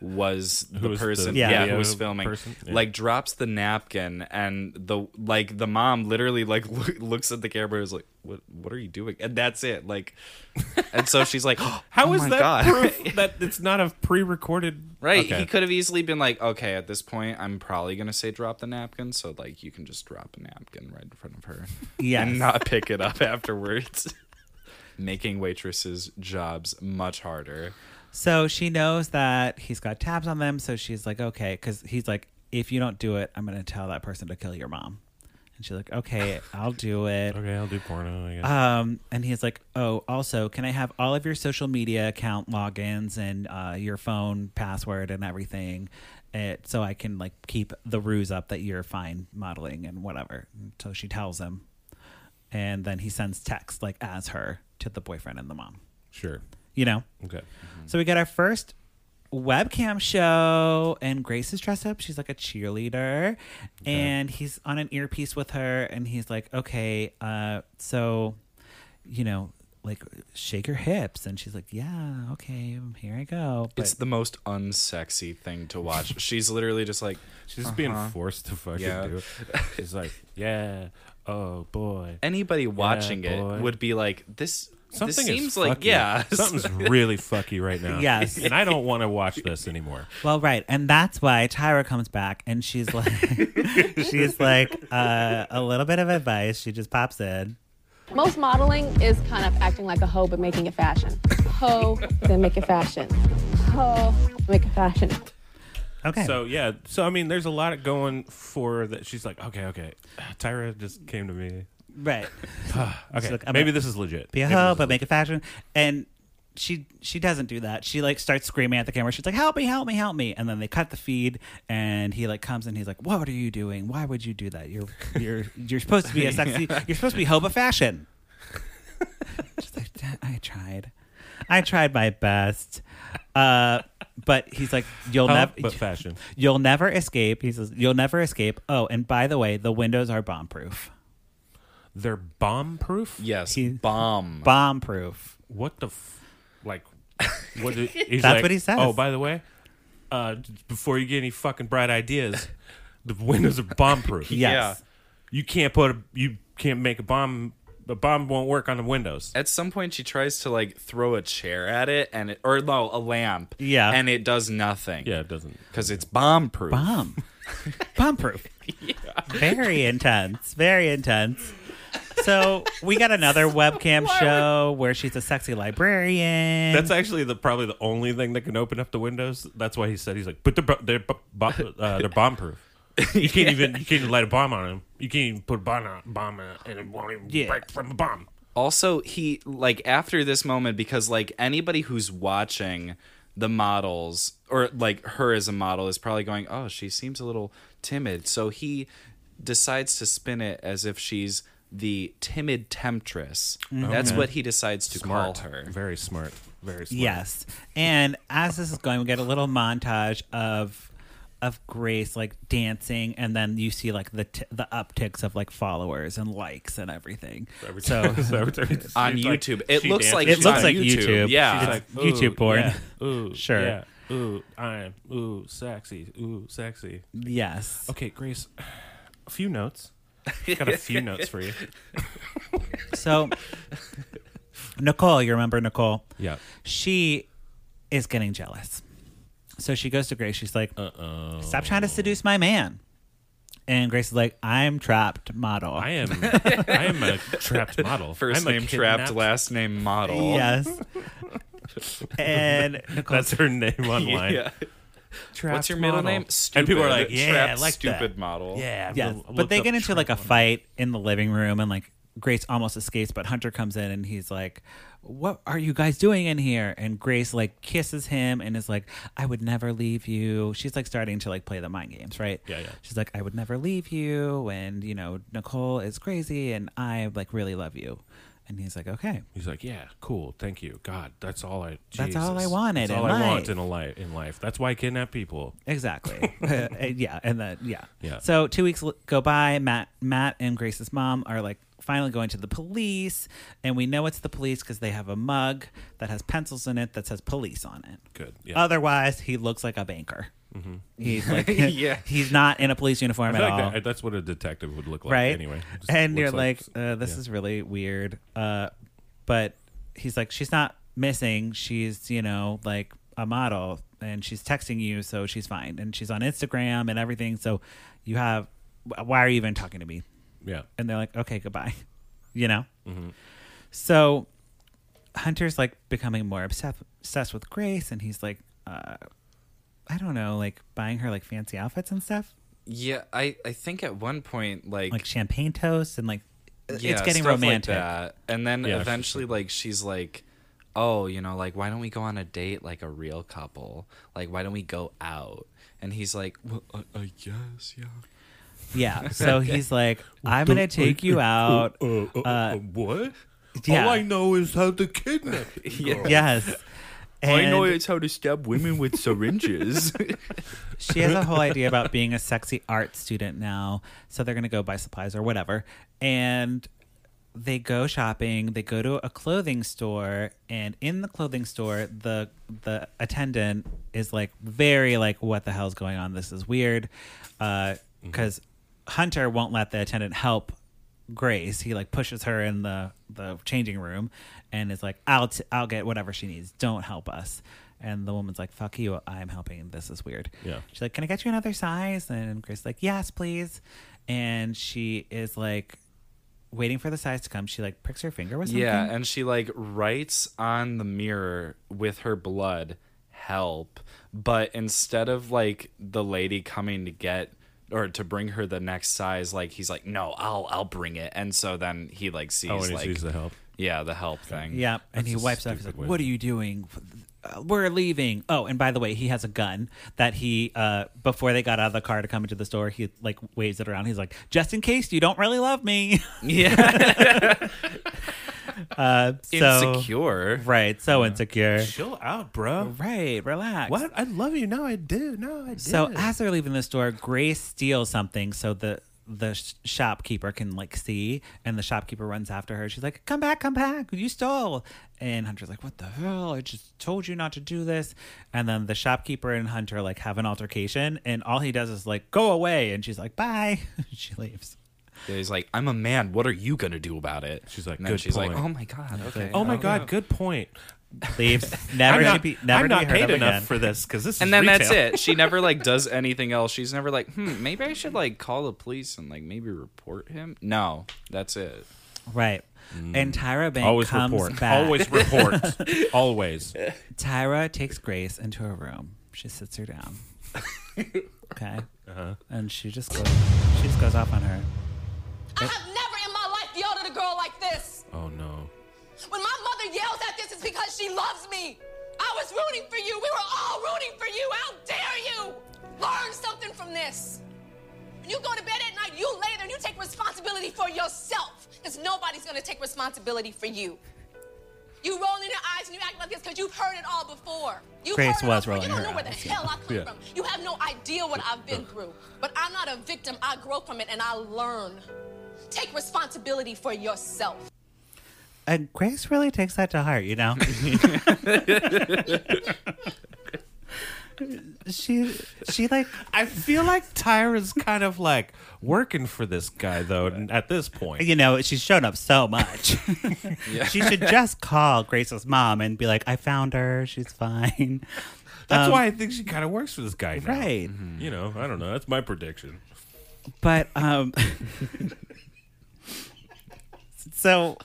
Speaker 3: was the
Speaker 2: was the
Speaker 3: person
Speaker 1: Yeah.
Speaker 3: yeah,
Speaker 1: video
Speaker 3: who was filming
Speaker 2: person? Yeah.
Speaker 3: like drops the napkin and the like the mom literally like [laughs] loo- looks at the camera and is like what what are you doing and that's it like and so she's like [gasps]
Speaker 2: How
Speaker 3: "Oh
Speaker 2: is
Speaker 3: my
Speaker 2: that
Speaker 3: God." [laughs]
Speaker 2: proof that it's not a pre-recorded?
Speaker 3: right
Speaker 2: Okay.
Speaker 3: he could have easily been like okay at this point i'm probably gonna say drop the napkin so like you can just drop a napkin right in front of her
Speaker 1: Yes.
Speaker 3: and [laughs] not pick it up afterwards [laughs] making waitresses jobs much harder
Speaker 1: So she knows that he's got tabs on them. So she's like, okay, because he's like, if you don't do it, I'm going to tell that person to kill your mom. And she's like, okay, I'll do it.
Speaker 2: Okay, I'll do porno. I guess.
Speaker 1: Um, and he's like, oh, also, can I have all of your social media account logins and uh, your phone password and everything, it, so I can like keep the ruse up that you're fine modeling and whatever. So she tells him, and then he sends text like as her to the boyfriend and the mom.
Speaker 2: sure.
Speaker 1: You know.
Speaker 2: Okay.
Speaker 1: So we got our first webcam show, and Grace is dressed up. She's like a cheerleader, and he's on an earpiece with her, and he's like, "Okay, uh, so, you know, like shake your hips," and she's like, "Yeah, okay, um, here I go." But
Speaker 3: It's the most unsexy thing to watch. She's literally just like,
Speaker 2: She's just being forced to fucking
Speaker 3: Yeah.
Speaker 2: do it. She's like, yeah, oh boy.
Speaker 3: anybody watching it
Speaker 2: boy.
Speaker 3: would be like, this
Speaker 2: Something is
Speaker 3: seems like-
Speaker 2: fucky.
Speaker 3: yeah.
Speaker 2: [laughs] something's really fucky right now.
Speaker 1: Yes.
Speaker 2: and I don't want to watch this anymore.
Speaker 1: Well, right, and that's why Tyra comes back and she's like, [laughs] she's like uh, a little bit of advice. She just pops in.
Speaker 4: Most modeling is kind of acting like a hoe, but making it fashion. Hoe, then make it fashion. Hoe, make it fashion.
Speaker 1: Okay,
Speaker 2: So yeah, so I mean, there's a lot going for that. She's like, okay, okay. [sighs] Tyra just came to me. [sighs]
Speaker 1: right,
Speaker 2: Okay,
Speaker 1: like, I'm
Speaker 2: maybe
Speaker 1: a-
Speaker 2: this is legit.
Speaker 1: be a
Speaker 2: Maybe this
Speaker 1: hoe,
Speaker 2: is
Speaker 1: but make it fashion. And she she doesn't do that. She like starts screaming at the camera. She's like, "Help me! Help me! Help me!" And then they cut the feed, and he like comes and he's like, "What are you doing? Why would you do that? You're you're you're supposed to be a sexy. You're supposed to be hoba fashion." She's like, "Dad, I tried, I tried my best, uh, but he's like, "You'll
Speaker 2: Hoe,
Speaker 1: never."
Speaker 2: but fashion.
Speaker 1: You'll never escape. He says, You'll never escape. Oh, and by the way, the windows are bomb proof.
Speaker 2: They're bomb proof.
Speaker 3: [laughs] Yes,
Speaker 1: He-
Speaker 3: bomb.
Speaker 1: Bomb proof.
Speaker 2: What the, f-
Speaker 1: [laughs]
Speaker 2: like, what? Do, he's
Speaker 1: That's
Speaker 2: like,
Speaker 1: what he says.
Speaker 2: Oh, by the way, uh, d- before you get any fucking bright ideas, the windows are
Speaker 1: [laughs]
Speaker 2: bomb proof.
Speaker 1: Yes.
Speaker 3: Yeah.
Speaker 2: You can't put a. You can't make a bomb. A bomb won't work on the windows.
Speaker 3: At some point, she tries to like throw a chair at it, and it or no, a lamp.
Speaker 1: Yeah.
Speaker 3: and it does nothing.
Speaker 2: Yeah, it doesn't.
Speaker 3: because it's bomb proof.
Speaker 1: bomb. bomb
Speaker 2: [laughs]
Speaker 1: proof. Very intense. Very intense. So we got
Speaker 2: [laughs]
Speaker 1: another webcam show where she's a sexy librarian.
Speaker 2: That's actually the probably the only thing that can open up the windows. That's why he said he's like, but they're bu- they're, bu- bu-
Speaker 1: [laughs]
Speaker 2: uh, they're bomb proof. You can't even you can't even light a bomb on him. You can't even put a bomb on, bomb in it, and it won't even
Speaker 1: Yeah.
Speaker 2: break from a bomb.
Speaker 3: also he like after this moment because like anybody who's watching the models or like her as a model is probably going oh she seems a little timid so he decides to spin it as if she's the timid temptress
Speaker 2: Mm-hmm.
Speaker 3: that's what he decides to
Speaker 2: Smart,
Speaker 3: call her
Speaker 2: very smart, very smart.
Speaker 1: yes. And as this is going, we get a little montage of of Grace like dancing, and then you see like the t- the upticks of like followers and likes and everything.
Speaker 2: Every
Speaker 1: So
Speaker 2: [laughs] time-
Speaker 3: [laughs]
Speaker 2: every time it's-
Speaker 3: on
Speaker 2: she's like-
Speaker 3: YouTube, it
Speaker 2: she
Speaker 3: looks
Speaker 2: dances.
Speaker 3: like
Speaker 1: It
Speaker 3: she's
Speaker 1: looks
Speaker 3: on
Speaker 1: like
Speaker 3: YouTube.
Speaker 1: YouTube.
Speaker 3: Yeah,
Speaker 1: She's
Speaker 2: She's like,
Speaker 1: It's YouTube
Speaker 2: ooh,
Speaker 1: porn.
Speaker 2: yeah, [laughs] ooh,
Speaker 1: Sure.
Speaker 2: yeah, ooh, I am. Ooh, sexy. Ooh, sexy.
Speaker 1: [laughs] yes,
Speaker 2: Okay, Grace. A few notes. Got a few notes for
Speaker 3: [laughs]
Speaker 2: you.
Speaker 1: so Nicole, you remember Nicole?
Speaker 2: Yeah.
Speaker 1: she is getting jealous. So she goes to Grace. She's like,
Speaker 2: Uh,
Speaker 1: Stop trying to seduce my man. And Grace is like, I'm trapped, model.
Speaker 2: I
Speaker 3: [laughs]
Speaker 2: am. I am a trapped model.
Speaker 3: first
Speaker 2: I'm a
Speaker 3: name trapped
Speaker 2: kidnapped-
Speaker 3: last name model
Speaker 1: yes.
Speaker 2: [laughs]
Speaker 1: and Nicole,
Speaker 2: That's her name online.
Speaker 3: [laughs] [laughs] yeah.
Speaker 2: Trapped
Speaker 3: what's your middle
Speaker 2: model.
Speaker 3: name stupid
Speaker 2: And people are like, yeah,
Speaker 3: trapped
Speaker 2: I like that.
Speaker 3: stupid model
Speaker 2: Yeah,
Speaker 1: yes.
Speaker 2: I've
Speaker 1: But
Speaker 2: looked
Speaker 1: they
Speaker 2: up
Speaker 1: get into like a
Speaker 2: trapped
Speaker 1: fight in the living room, and like Grace almost escapes, but Hunter comes in and he's like, "What are you guys doing in here?" And Grace like kisses him and is like, "I would never leave you." She's like starting to like play the mind games, right?
Speaker 2: Yeah, yeah.
Speaker 1: She's like, "I would never leave you," and you know, Nicole is crazy, and I like really love you. And he's like, "Okay."
Speaker 2: He's like, yeah, cool, thank you, God. That's all I.
Speaker 1: That's all I
Speaker 2: Jesus.
Speaker 1: wanted
Speaker 2: That's all
Speaker 1: in
Speaker 2: I want
Speaker 1: life."
Speaker 2: in a life. In life, that's why I kidnap people. [laughs]
Speaker 1: Exactly. Uh, yeah, and then yeah.
Speaker 2: Yeah.
Speaker 1: So two weeks l- go by. Matt, Matt, and Grace's mom are like finally going to the police, and we know it's the police because they have a mug that has pencils in it that says police on it.
Speaker 2: Good. Yeah. Mm-hmm.
Speaker 1: Otherwise, he looks like a banker. He's like,
Speaker 2: [laughs]
Speaker 3: Yeah.
Speaker 1: he's not in a police uniform
Speaker 2: I
Speaker 1: at
Speaker 2: feel like
Speaker 1: all, right?
Speaker 2: that, that's what a detective would look like, Anyway, Just
Speaker 1: and
Speaker 2: looks
Speaker 1: you're like, uh, this is really weird. Uh, but he's like, she's not missing. She's you know like a model, and she's texting you, so she's fine, and she's on Instagram and everything. So you have, wh- why are you even talking to me?
Speaker 2: yeah.
Speaker 1: And they're like, okay, goodbye. [laughs] You know?
Speaker 2: Mm-hmm.
Speaker 1: So Hunter's like becoming more obsessed, obsessed with Grace, and he's like, uh, I don't know, like buying her like fancy outfits and stuff,
Speaker 3: yeah i i think at one point
Speaker 1: like champagne toast and like it's
Speaker 3: Yeah,
Speaker 1: getting
Speaker 3: stuff like
Speaker 1: romantic.
Speaker 3: that. And then
Speaker 2: Yeah,
Speaker 3: eventually, like, she's like, oh, you know, like, why don't we go on a date like a real couple? Like, why don't we go out? And he's like, well, I, I guess, yeah. [laughs]
Speaker 1: yeah. So he's like, I'm gonna take you out.
Speaker 2: Uh,
Speaker 1: uh,
Speaker 2: what?
Speaker 1: yeah. I
Speaker 2: know is how
Speaker 1: [laughs]
Speaker 2: to kidnap. yeah.
Speaker 1: Yes. And
Speaker 3: how to stab women with [laughs] syringes.
Speaker 1: she has a whole idea about being a sexy art student now. So they're going to go buy supplies or whatever. And they go shopping, they go to a clothing store, and in the clothing store, the the attendant is like very like what the hell's going on? This is weird. Uh cuz Hunter won't let the attendant help Grace. He like pushes her in the the changing room, and is like, "I'll t- I'll get whatever she needs. Don't help us." And the woman's like, "Fuck you! I'm helping. This is weird."
Speaker 2: Yeah.
Speaker 1: She's like, "Can I get you another size?" And Grace's like, "Yes, please." And she is like, waiting for the size to come. She like pricks her finger with something.
Speaker 3: Yeah, and she like writes on the mirror with her blood, help. But instead of like the lady coming to get or to bring her the next size, like he's like, No, I'll I'll bring it. And so then he like sees
Speaker 2: Oh, and he
Speaker 3: like
Speaker 2: sees the help.
Speaker 3: Yeah, the help thing.
Speaker 1: Yeah, and he
Speaker 2: a
Speaker 1: wipes it off. He's
Speaker 2: stupid
Speaker 1: like,
Speaker 2: way
Speaker 1: "What
Speaker 2: to-
Speaker 1: are you doing? Uh, We're leaving." Oh, and by the way, he has a gun that he uh, before they got out of the car to come into the store, he like waves it around. He's like, "Just in case you don't really love me."
Speaker 3: [laughs]
Speaker 1: [laughs]
Speaker 3: Yeah.
Speaker 2: [laughs]
Speaker 1: so
Speaker 3: Insecure.
Speaker 1: right, so insecure.
Speaker 2: Chill out, bro.
Speaker 1: Right, relax.
Speaker 2: What? I love you. No, I do. No, I do.
Speaker 1: So as they're leaving the store, Grace steals something so the the sh- shopkeeper can like see, and the shopkeeper runs after her. She's like, "Come back, come back! You stole!" And Hunter's like, "What the hell? I just told you not to do this." And then the shopkeeper and Hunter like have an altercation, and all he does is like, "Go away!" And she's like, "Bye." [laughs] she leaves.
Speaker 3: He's like, I'm a man, what are you gonna do about it?
Speaker 2: She's like,
Speaker 3: And then
Speaker 2: "Good
Speaker 3: she's like,
Speaker 2: point."
Speaker 3: Oh my god, okay.
Speaker 2: oh my
Speaker 3: I'll go."
Speaker 2: god, good point. [laughs]
Speaker 1: Leaves. Never
Speaker 2: I'm
Speaker 1: to
Speaker 2: not,
Speaker 1: be never
Speaker 2: I'm
Speaker 1: to
Speaker 2: not
Speaker 1: be heard
Speaker 2: paid
Speaker 1: of
Speaker 2: enough
Speaker 1: again.
Speaker 2: for this because this is
Speaker 3: and then
Speaker 2: retail.
Speaker 3: that's it. She never like does anything else. She's never like, hmm, maybe I should like call the police and like maybe report him. No, that's it.
Speaker 1: right. And Tyra Bank
Speaker 2: Always
Speaker 1: comes
Speaker 2: report.
Speaker 1: back.
Speaker 3: [laughs]
Speaker 2: Always report. Always.
Speaker 1: Tyra takes Grace into her room. She sits her down. okay. And she just goes. She just goes off on her.
Speaker 4: I have never in my life yelled at a girl like this.
Speaker 2: Oh no.
Speaker 4: When my mother yells at this, it's because she loves me. I was rooting for you. We were all rooting for you. How dare you? Learn something from this. When you go to bed at night, you lay there and you take responsibility for yourself. Because nobody's going to take responsibility for you. You roll in your eyes and you act like this because you've heard it all before. You've
Speaker 1: Grace
Speaker 4: heard it
Speaker 1: was
Speaker 4: all before.
Speaker 1: rolling
Speaker 4: You don't
Speaker 1: her
Speaker 4: know where the
Speaker 1: eyes, yeah.
Speaker 4: hell I come
Speaker 2: Yeah.
Speaker 4: from. You have no idea what I've been through. But I'm not a victim. I grow from it and I learn. Take responsibility for yourself.
Speaker 1: And Grace really takes that to heart, you know. she she like
Speaker 2: I feel like Tyra's kind of like working for this guy though. At this point,
Speaker 1: you know she's shown up so much. She should just call Grace's mom and be like, "I found her. She's fine."
Speaker 2: that's why I think she kind of works for this guy, now.
Speaker 1: um, Right.
Speaker 2: You know, I don't know. That's my prediction.
Speaker 1: But um so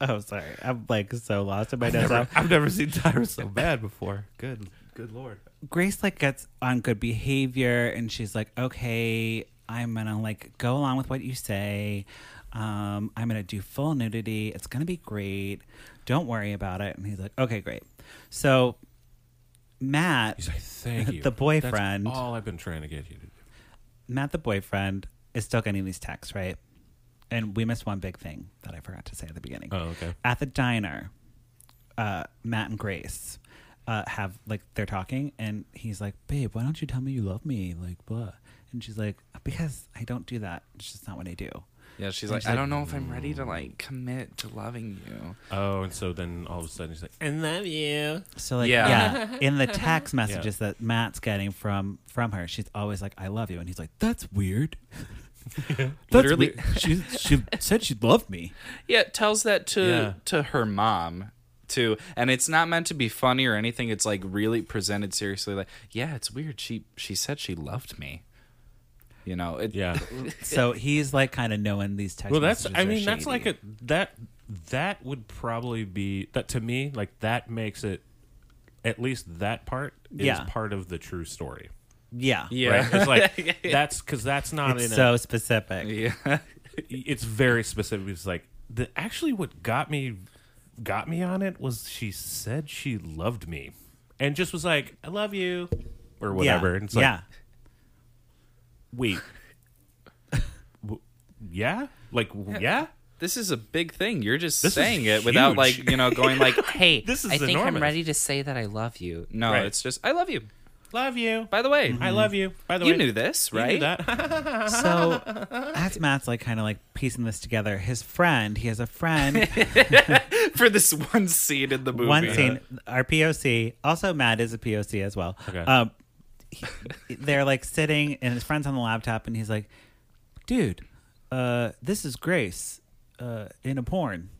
Speaker 1: Oh sorry. I'm like so lost in my notes. now.
Speaker 2: [laughs] I've never seen Tyra so bad before. Good, good lord.
Speaker 1: Grace like gets on good behavior and she's like, "Okay, I'm going to like go along with what you say. Um I'm going to do full nudity. It's going to be great. Don't worry about it." And he's like, "Okay, great." So Matt
Speaker 2: He's like, [laughs] thank you.
Speaker 1: The
Speaker 2: That's
Speaker 1: boyfriend.
Speaker 2: all I've been trying to get you to do.
Speaker 1: Matt, the boyfriend, is still getting these texts, right? And we missed one big thing that I forgot to say at the beginning.
Speaker 2: Oh, okay.
Speaker 1: At the diner, uh, Matt and Grace uh, have like they're talking, and he's like, "Babe, why don't you tell me you love me?" Like, blah. And she's like, "Because I don't do that. It's just not what I do."
Speaker 3: Yeah, she's like, I don't know if I'm ready
Speaker 2: Mm.
Speaker 3: to like commit to loving you.
Speaker 2: Oh, and so then all of a sudden he's like, I love you.
Speaker 1: So like,
Speaker 3: Yeah.
Speaker 1: yeah, in the text messages that Matt's getting from from her, she's always like, "I love you," and he's like, "That's
Speaker 3: [laughs]
Speaker 1: weird." That's
Speaker 3: Literally.
Speaker 1: weird. she she said she loved me.
Speaker 3: Yeah, tells that to
Speaker 2: Yeah.
Speaker 3: to her mom too, and it's not meant to be funny or anything. It's like really presented seriously. Like, yeah, it's weird. She she said she loved me. You know, it,
Speaker 2: Yeah.
Speaker 1: So he's like kind of knowing these text.
Speaker 2: [laughs] well, that's.
Speaker 1: messages
Speaker 2: I
Speaker 1: are
Speaker 2: mean, that's
Speaker 1: shady.
Speaker 2: like a that that would probably be that to me. Like that makes it at least that part is
Speaker 1: Yeah.
Speaker 2: part of the true story.
Speaker 1: yeah,
Speaker 3: Yeah.
Speaker 2: Right? It's [laughs] like that's because that's not
Speaker 1: It's
Speaker 2: in
Speaker 1: so
Speaker 2: a,
Speaker 1: specific.
Speaker 3: yeah,
Speaker 2: it's very specific. It's like the actually what got me got me on it was she said she loved me and just was like I love you or whatever.
Speaker 1: Yeah,
Speaker 2: And it's like
Speaker 1: yeah.
Speaker 2: wait, [laughs] W- yeah, like w- yeah.
Speaker 3: [laughs] this is a big thing. You're just
Speaker 2: This is
Speaker 3: saying it without
Speaker 2: huge.
Speaker 3: like you know
Speaker 2: [laughs]
Speaker 3: going like, hey,
Speaker 2: This is
Speaker 3: I think
Speaker 2: enormous.
Speaker 3: I'm ready to say that I love you. No,
Speaker 2: Right.
Speaker 3: it's just I love you.
Speaker 2: Love you.
Speaker 3: By the way,
Speaker 2: I love you. Mm-hmm. By the
Speaker 3: you
Speaker 2: way,
Speaker 3: knew this,
Speaker 2: You
Speaker 3: right?
Speaker 2: knew that.
Speaker 1: So as Matt's like kind of like piecing this together, his friend, he has a
Speaker 2: [laughs]
Speaker 1: friend.
Speaker 3: [laughs] For this one scene in the movie.
Speaker 1: One scene, our POC, also Matt is a POC as well.
Speaker 2: Uh-huh. Okay.
Speaker 1: Um, he- they're like sitting, and his friend's on the laptop, and he's like, dude, uh, "This is Grace uh, in a porn,"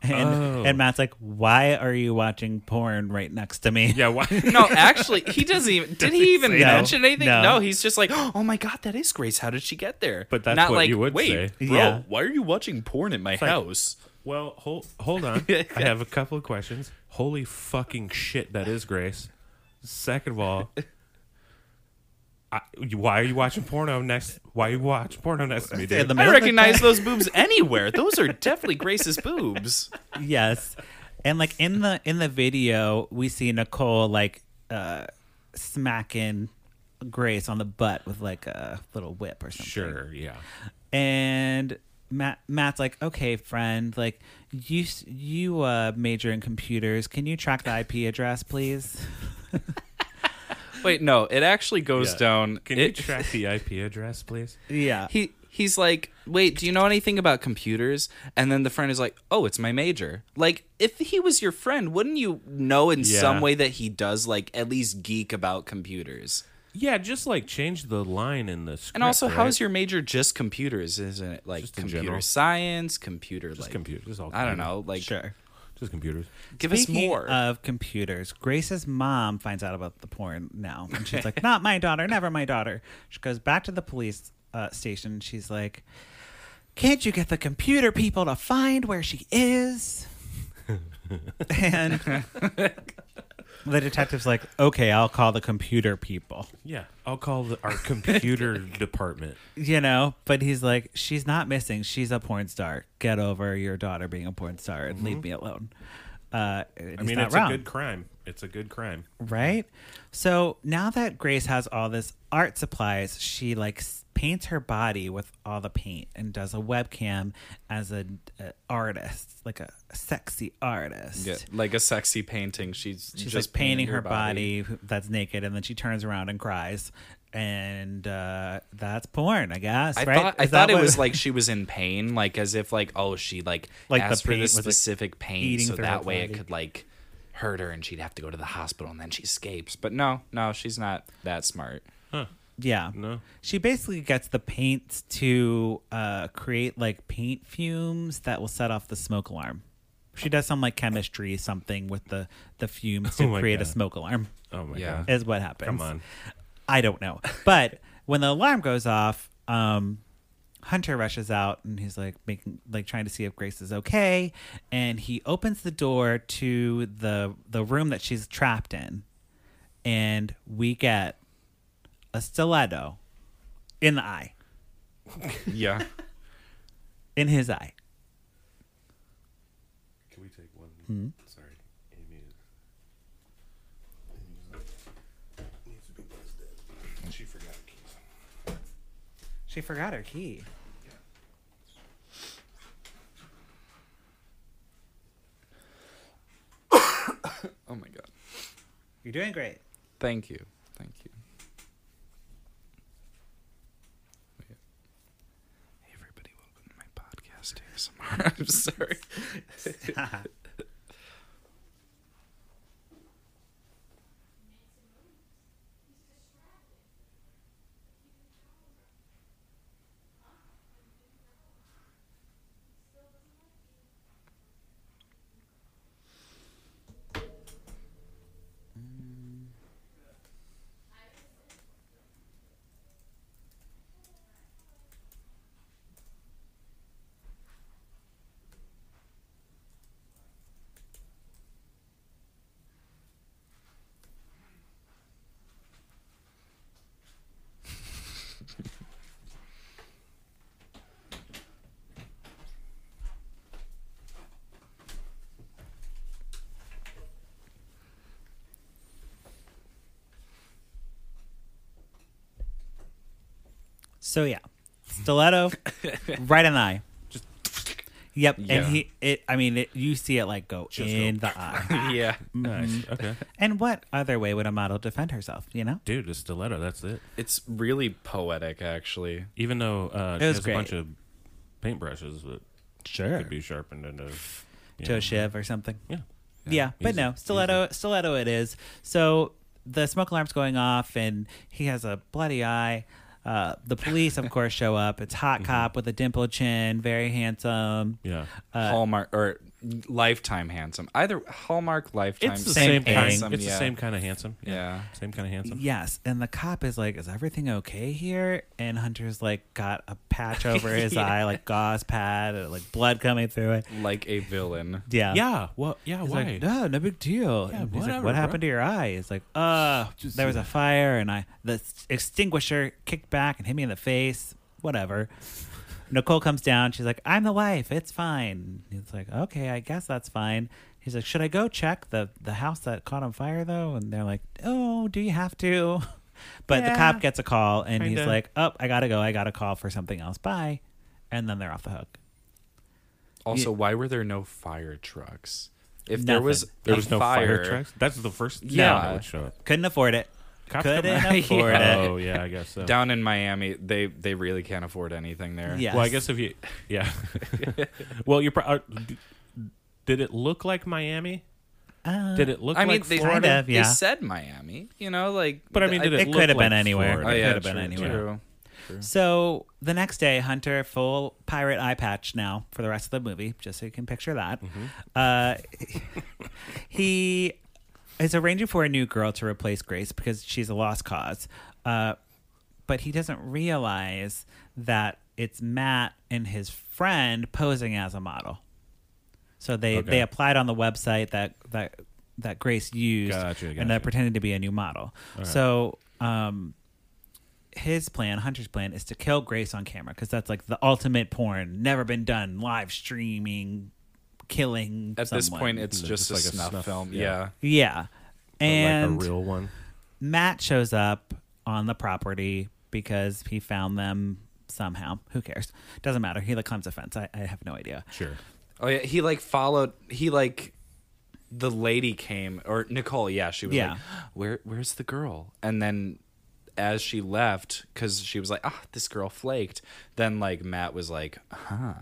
Speaker 1: and
Speaker 2: Oh.
Speaker 1: and Matt's like, "Why are you watching porn right next to me?"
Speaker 2: Yeah,
Speaker 3: [laughs]
Speaker 2: why?
Speaker 3: No, actually, he doesn't
Speaker 2: [laughs]
Speaker 3: even. Did he even
Speaker 1: that.
Speaker 3: mention anything?
Speaker 1: No.
Speaker 3: No. he's just like, [gasps] oh my god, that is Grace. How did she get there?
Speaker 2: But that's
Speaker 3: Not
Speaker 2: what
Speaker 3: like,
Speaker 2: you would
Speaker 3: Wait,
Speaker 2: say.
Speaker 3: bro,
Speaker 1: Yeah.
Speaker 3: why are you watching porn in my
Speaker 2: like-
Speaker 3: house?
Speaker 2: Well, hold hold
Speaker 3: [laughs]
Speaker 2: on. I have a couple of questions. Holy fucking shit, that is Grace. Second of all, I, why are you watching porno next? Why you watch porno next to me,
Speaker 1: In the
Speaker 2: dude?
Speaker 1: middle
Speaker 3: I
Speaker 1: of the
Speaker 3: recognize
Speaker 1: day.
Speaker 3: those boobs anywhere. Those are definitely Grace's
Speaker 2: [laughs]
Speaker 3: boobs.
Speaker 1: yes and like in the in the video we see nicole like uh smacking grace on the butt with like a little whip or something
Speaker 2: Sure, yeah.
Speaker 1: and Matt, Matt's like, okay, friend, like you, s- you uh, major in computers. Can you track the IP address, please?
Speaker 3: Wait, no, it actually goes
Speaker 2: Yeah.
Speaker 3: down.
Speaker 2: Uh, Can
Speaker 3: it,
Speaker 2: you track the IP address,
Speaker 3: [laughs]
Speaker 2: please?
Speaker 1: Yeah,
Speaker 3: Uh, he he's like, "Wait, do you know anything about computers?" And then the friend is like, "Oh, it's my major." Like, if he was your friend, wouldn't you know in
Speaker 2: Yeah.
Speaker 3: some way that he does like at least geek about computers?
Speaker 2: Yeah, just like change the line in the script.
Speaker 3: And also,
Speaker 2: right?
Speaker 3: how is your major just computers? Isn't it like
Speaker 2: Just in
Speaker 3: computer
Speaker 2: general.
Speaker 3: science, computer
Speaker 2: just
Speaker 3: like
Speaker 2: computers? Just all
Speaker 3: I don't
Speaker 2: computer.
Speaker 3: know, like
Speaker 1: sure.
Speaker 2: Just computers.
Speaker 3: give us
Speaker 1: Speaking
Speaker 3: more.
Speaker 1: of computers, Grace's mom finds out about the porn now, and she's like, "Not my daughter, never my daughter." She goes back to the police uh, station. She's like, "Can't you get the computer people to find where she is?" [laughs] and the detective's like, "Okay, I'll call the computer people."
Speaker 2: Yeah, I'll call the, our
Speaker 3: [laughs]
Speaker 2: computer department.
Speaker 1: You know, but he's like, "She's not missing. She's a porn star. Get over your daughter being a porn star and leave me alone." Uh,
Speaker 2: Mm-hmm. I mean,
Speaker 1: not
Speaker 2: it's
Speaker 1: wrong.
Speaker 2: a good crime. It's a good crime.
Speaker 1: Right? So now that Grace has all this art supplies, she like s- paints her body with all the paint and does a webcam as an artist, like a sexy artist.
Speaker 3: Yeah, like a sexy painting. She's
Speaker 1: She's
Speaker 3: just
Speaker 1: like painting her body. that's naked, and then she turns around and cries. And uh, that's porn, I guess.
Speaker 3: I
Speaker 1: right?
Speaker 3: thought I
Speaker 1: Is that
Speaker 3: thought it
Speaker 1: what- [laughs]
Speaker 3: was like she was in pain, like as if like oh she like,
Speaker 1: Like the
Speaker 3: asked for
Speaker 1: paint
Speaker 3: this
Speaker 1: was, like,
Speaker 3: specific paint
Speaker 1: eating
Speaker 3: so
Speaker 1: through her
Speaker 3: that way it
Speaker 1: body.
Speaker 3: could like hurt her and she'd have to go to the hospital and then she escapes. But no, no, she's not that smart.
Speaker 1: Yeah.
Speaker 2: No.
Speaker 1: She basically gets the paints to uh, create like paint fumes that will set off the smoke alarm. She does some like chemistry something with the the
Speaker 2: [laughs]
Speaker 1: fumes to
Speaker 2: Oh my
Speaker 1: create a
Speaker 2: God.
Speaker 1: smoke alarm.
Speaker 2: Oh my
Speaker 3: Yeah.
Speaker 2: god.
Speaker 1: Is what happens.
Speaker 2: Come on.
Speaker 1: I don't know. But when the alarm goes off, um, Hunter rushes out and he's like making like trying to see if Grace is okay, and he opens the door to the the room that she's trapped in, and we get a stiletto in the eye,
Speaker 3: Yeah.
Speaker 1: in his eye.
Speaker 2: Can we take one? Sorry, Amy is. Needs to be buzzed in. She forgot her keys.
Speaker 1: She forgot her key.
Speaker 3: [laughs] oh my god.
Speaker 1: You're doing great.
Speaker 3: Thank you. Thank you. Hey everybody, welcome to my podcast ASMR. [laughs] I'm sorry.
Speaker 1: So yeah, stiletto right in the eye. Yep,
Speaker 3: Yeah.
Speaker 1: and he it. I mean, it, you see it like go
Speaker 2: Just
Speaker 1: in
Speaker 2: go-
Speaker 1: the eye.
Speaker 3: [laughs] yeah.
Speaker 2: Nice. Mm, Okay.
Speaker 1: And what other way would a model defend herself? You know,
Speaker 2: Dude, a stiletto. That's it.
Speaker 3: It's really poetic actually.
Speaker 2: Even though uh,
Speaker 1: It was
Speaker 2: there's a bunch
Speaker 1: great.
Speaker 2: of paintbrushes that
Speaker 1: sure
Speaker 2: could be sharpened into. you
Speaker 1: to
Speaker 2: know.
Speaker 1: a shiv or something.
Speaker 2: Yeah.
Speaker 1: Yeah, but
Speaker 2: easy,
Speaker 1: no, stiletto, stiletto. It is. So the smoke alarm's going off, and he has a bloody eye. Uh, the police, of course, show up. It's hot cop with a dimple chin, very handsome.
Speaker 2: Yeah.
Speaker 3: Hallmark or Lifetime handsome. Either Hallmark Lifetime.
Speaker 2: It's the
Speaker 1: same
Speaker 2: same,
Speaker 1: thing.
Speaker 2: kind.
Speaker 3: handsome,
Speaker 2: It's
Speaker 3: yeah.
Speaker 2: the same kind of handsome.
Speaker 3: Yeah.
Speaker 2: Same kind of handsome.
Speaker 1: Yes, and the cop is like, "Is everything okay here?" And Hunter's like, got a patch over his eye, like gauze pad, and, like blood coming through it.
Speaker 3: Like a villain.
Speaker 1: Yeah,
Speaker 2: Yeah. Well. Yeah.
Speaker 1: He's
Speaker 2: why?
Speaker 1: like, no, no big deal. And he's like,
Speaker 2: whatever,
Speaker 1: what
Speaker 2: bro."
Speaker 1: happened to your eye? It's like, uh, there was a fire and I the s- extinguisher kicked back and hit me in the face. Whatever. Nicole comes down. She's like, I'm the wife. It's fine. It's like, okay, I guess that's fine. He's like, should I go check the the house that caught on fire though? And they're like, oh, do you have to? [laughs] But the
Speaker 2: Yeah.
Speaker 1: cop gets a call and he's
Speaker 2: Kinda.
Speaker 1: like, oh, I gotta go. I got to call for something else. Bye. And then they're off the hook.
Speaker 3: Also, why were there no fire trucks? If there
Speaker 1: Nothing.
Speaker 3: was
Speaker 2: There
Speaker 3: a
Speaker 2: was no fire, trucks. That's the first.
Speaker 3: Yeah.
Speaker 2: town that would show up.
Speaker 1: Couldn't afford it.
Speaker 2: Cops come
Speaker 1: Couldn't
Speaker 2: out. [laughs]
Speaker 1: afford it.
Speaker 2: Oh yeah, I guess so.
Speaker 3: down in Miami, they they really can't afford anything there.
Speaker 1: Yeah.
Speaker 2: Well, I
Speaker 1: Yes.
Speaker 2: guess if you, yeah. [laughs] well, you pro- uh, d- did it look like Miami?
Speaker 1: Uh,
Speaker 2: Did it look?
Speaker 3: I mean,
Speaker 2: like
Speaker 3: they,
Speaker 2: Florida?
Speaker 1: Kind of, yeah.
Speaker 3: they said Miami, you know, like.
Speaker 2: But I mean, did it?
Speaker 1: It
Speaker 2: look
Speaker 1: could have
Speaker 2: like
Speaker 1: been anywhere.
Speaker 2: Florida?
Speaker 3: Oh yeah,
Speaker 1: could've been
Speaker 3: true,
Speaker 1: anywhere.
Speaker 3: true.
Speaker 1: So the next day, Hunter full pirate eye patch now for the rest of the movie, just so you can picture that.
Speaker 2: Mm-hmm.
Speaker 1: Uh, [laughs] he is arranging for a new girl to replace Grace because she's a lost cause, uh, but he doesn't realize that it's Matt and his friend posing as a model. So they,
Speaker 2: Okay.
Speaker 1: they applied on the website that that that Grace used,
Speaker 2: Gotcha,
Speaker 1: and they're
Speaker 2: gotcha.
Speaker 1: pretending to be a new model. So. Um, his plan, Hunter's plan, is to kill Grace on camera because that's like the ultimate porn, never been done, live streaming, killing.
Speaker 3: At this
Speaker 1: someone.
Speaker 3: point, it's
Speaker 2: It's
Speaker 3: just,
Speaker 2: just like
Speaker 3: a
Speaker 2: a
Speaker 3: snuff,
Speaker 2: snuff,
Speaker 3: film.
Speaker 2: yeah.
Speaker 3: Yeah.
Speaker 1: yeah,
Speaker 2: But
Speaker 1: and
Speaker 2: like a real one.
Speaker 1: Matt shows up on the property because he found them somehow. Who cares? Doesn't matter. He like climbs a fence. I, I have no idea.
Speaker 2: Sure.
Speaker 3: Oh yeah, he like followed. He like the lady came or Nicole. Yeah, she was
Speaker 1: Yeah.
Speaker 3: like, "Where where's the girl?" And then as she left, because she was like, "Ah, this girl flaked." Then like Matt was like, "Huh."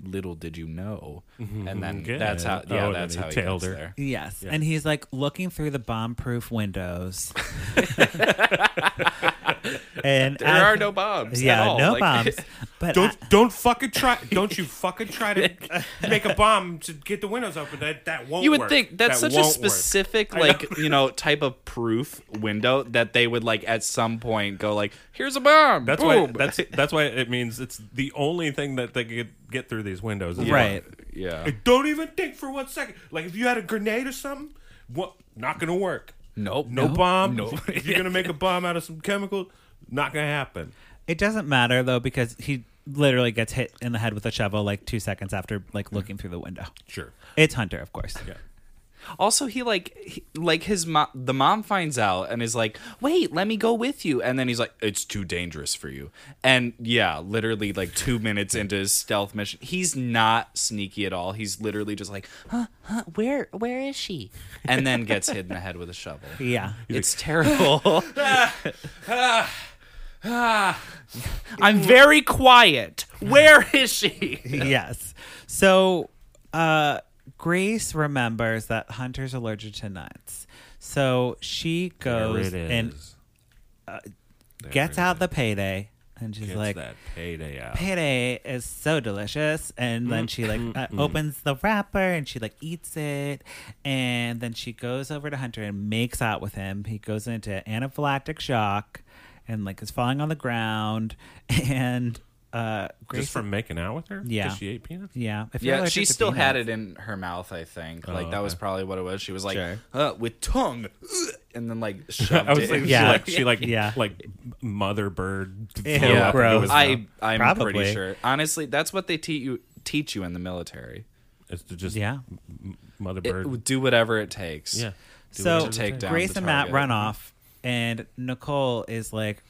Speaker 3: Little did you know, and then
Speaker 2: Okay.
Speaker 3: that's how
Speaker 2: Mm-hmm. Oh,
Speaker 3: yeah,
Speaker 2: and
Speaker 3: that's
Speaker 2: then
Speaker 3: how
Speaker 2: he
Speaker 3: he
Speaker 2: tailed
Speaker 3: gets
Speaker 2: her.
Speaker 3: there.
Speaker 1: Yes. And he's like looking through the bomb-proof
Speaker 3: [laughs]
Speaker 1: windows. and
Speaker 3: There are no bombs. at
Speaker 1: Yeah,
Speaker 3: all.
Speaker 1: no
Speaker 3: Like- [laughs]
Speaker 1: bombs. But
Speaker 2: Don't
Speaker 1: I-
Speaker 2: don't fucking try. Don't you fucking try to make a bomb to get the windows open. That that won't.
Speaker 3: You would
Speaker 2: work.
Speaker 3: think that's
Speaker 2: That
Speaker 3: such a
Speaker 2: won't work.
Speaker 3: specific,
Speaker 2: know.
Speaker 3: like you know, type of proof window that they would like at some point go like, "Here's a bomb."
Speaker 2: That's
Speaker 3: Boom.
Speaker 2: why. That's that's why it means it's the only thing that they could get through these windows. is
Speaker 1: Right.
Speaker 3: yeah.
Speaker 2: I don't even think for one second. Like if you had a grenade or something, what? Not gonna work.
Speaker 3: Nope.
Speaker 2: No, bomb.
Speaker 3: No.
Speaker 2: If You're gonna make a bomb out of some chemical. Not gonna happen.
Speaker 1: It doesn't matter though because he literally gets hit in the head with a shovel like two seconds after like looking through the window.
Speaker 2: Sure.
Speaker 1: It's Hunter, of course.
Speaker 2: Yeah.
Speaker 3: Also, he like he, like his mom. The mom finds out and is like, "Wait, let me go with you." And then he's like, "It's too dangerous for you." And yeah, literally like two minutes into his stealth mission, he's not sneaky at all. He's literally just like, "Huh, huh, where, where is she?" And then gets hit in the head with a shovel.
Speaker 2: [laughs]
Speaker 1: Yeah.
Speaker 3: It's terrible. [laughs] I'm very quiet. Where is she?
Speaker 1: yes. So uh Grace remembers that Hunter's allergic to nuts. So she goes and
Speaker 3: uh,
Speaker 1: gets out the payday and she's like
Speaker 2: that payday out.
Speaker 1: payday is so delicious and then she like uh,
Speaker 3: Mm-hmm.
Speaker 1: opens the wrapper and she like eats it and then she goes over to hunter and makes out with him he goes into anaphylactic shock and like is falling on the ground [laughs] and uh grace
Speaker 2: Just from making out with her?
Speaker 1: Yeah.
Speaker 2: 'Cause she ate peanuts.
Speaker 1: yeah if you're
Speaker 3: Yeah,
Speaker 1: allergic
Speaker 3: she
Speaker 1: to
Speaker 3: still had
Speaker 1: peanuts-
Speaker 3: it in her mouth, I think. Like, that
Speaker 2: Oh,
Speaker 3: was
Speaker 2: okay.
Speaker 3: probably what it was. She was like,
Speaker 1: Sure.
Speaker 3: uh, with tongue, [laughs] ugh, and then,
Speaker 2: [laughs]
Speaker 3: like, shoved
Speaker 2: I was
Speaker 3: it.
Speaker 2: like,
Speaker 3: in.
Speaker 1: Yeah.
Speaker 2: she
Speaker 3: [laughs]
Speaker 2: like she like
Speaker 1: Yeah.
Speaker 2: like mother bird. flew
Speaker 1: Ew,
Speaker 2: up into
Speaker 1: gross.
Speaker 2: his mouth.
Speaker 3: I, I'm
Speaker 1: Probably.
Speaker 3: pretty sure. Honestly, that's what they teach you teach you in the military.
Speaker 2: It's to just
Speaker 1: yeah
Speaker 2: mother
Speaker 3: It-
Speaker 2: bird.
Speaker 3: do whatever it takes.
Speaker 2: yeah. Do
Speaker 1: so
Speaker 2: whatever it
Speaker 3: take
Speaker 2: takes.
Speaker 3: down
Speaker 1: Grace
Speaker 3: the
Speaker 1: and Matt
Speaker 3: target.
Speaker 1: run off, and Nicole is like,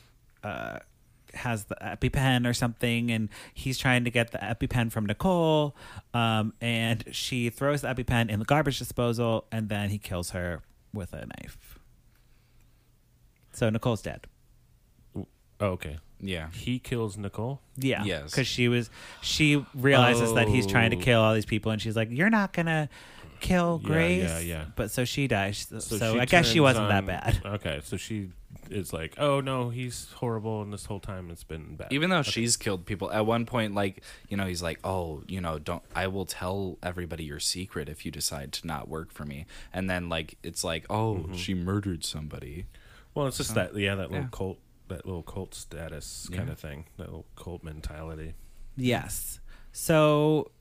Speaker 1: uh, has the EpiPen or something, and he's trying to get the EpiPen from Nicole, um, and she throws the EpiPen in the garbage disposal, and then he kills her with a knife. So Nicole's dead.
Speaker 2: Oh, okay.
Speaker 3: Yeah.
Speaker 2: He kills Nicole.
Speaker 1: Yeah.
Speaker 3: Yes.
Speaker 1: Because she was, she realizes that he's trying to
Speaker 3: Oh.
Speaker 1: kill all these people, and she's like, "You're not gonna kill
Speaker 2: Yeah,
Speaker 1: Grace."
Speaker 2: yeah, yeah.
Speaker 1: But so she dies. So,
Speaker 2: she
Speaker 1: I guess she
Speaker 2: turns
Speaker 1: wasn't that
Speaker 2: on-
Speaker 1: bad.
Speaker 2: Okay, so she is like, oh no, he's horrible, and this whole time it's been bad.
Speaker 3: Even though she's killed people, at one point, like you know, he's like, "Oh, you know, don't. I will tell everybody your secret if you decide to not work for me." And then, like, it's like, "Oh,
Speaker 2: Mm-hmm.
Speaker 3: she murdered somebody."
Speaker 2: well, it's just that yeah, that little
Speaker 3: Oh. yeah.
Speaker 2: cult, that little cult status kind
Speaker 3: Yeah.
Speaker 2: of thing, that little cult mentality.
Speaker 1: Yes. So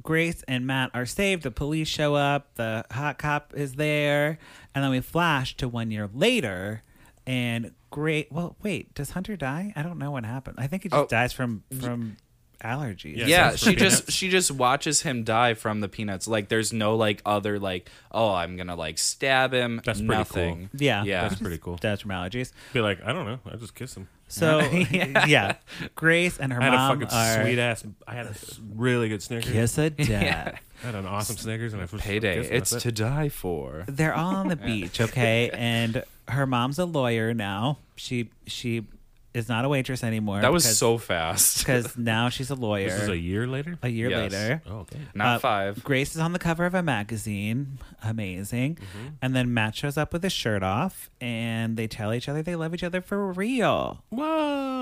Speaker 1: Grace and Matt are saved. The police show up. The hot cop is there. And then we flash to one year later. And Grace, well, wait, does Hunter die? I don't know what happened. I think he just
Speaker 3: Oh.
Speaker 1: dies from from allergies.
Speaker 2: Yeah,
Speaker 3: yeah,
Speaker 2: sounds
Speaker 3: she
Speaker 2: pretty
Speaker 3: just she just watches him die from the peanuts. Like, there's no like other like, "Oh, I'm gonna like stab him."
Speaker 2: That's pretty cool.
Speaker 3: nothing.
Speaker 1: Yeah.
Speaker 3: yeah.
Speaker 2: That's pretty cool.
Speaker 1: Dies from allergies.
Speaker 2: Be like, I don't know, I just kiss him.
Speaker 1: So [laughs] yeah. Grace and her
Speaker 2: I had
Speaker 1: mom
Speaker 2: a fucking
Speaker 1: are
Speaker 2: sweet ass. I had a s- really good Snickers.
Speaker 1: [laughs] kiss [laughs] a death.
Speaker 2: I had an awesome Snickers, and I was
Speaker 3: [laughs] Payday.
Speaker 2: kissing, that's
Speaker 3: It's
Speaker 2: it.
Speaker 3: to die for.
Speaker 1: They're all [laughs] on the beach, okay? And her mom's a lawyer now. She she is not a waitress anymore.
Speaker 3: That was
Speaker 1: because-
Speaker 3: so fast.
Speaker 1: because now she's a lawyer.
Speaker 2: This is a
Speaker 1: a,
Speaker 2: year later.
Speaker 1: year
Speaker 3: Yes.
Speaker 1: later.
Speaker 2: Oh, okay.
Speaker 3: [laughs] Not
Speaker 1: Uh,
Speaker 3: five.
Speaker 1: Grace is on the cover of a magazine. Amazing.
Speaker 2: Mm-hmm.
Speaker 1: And then Matt shows up with his shirt off and they tell each other they love each other for real.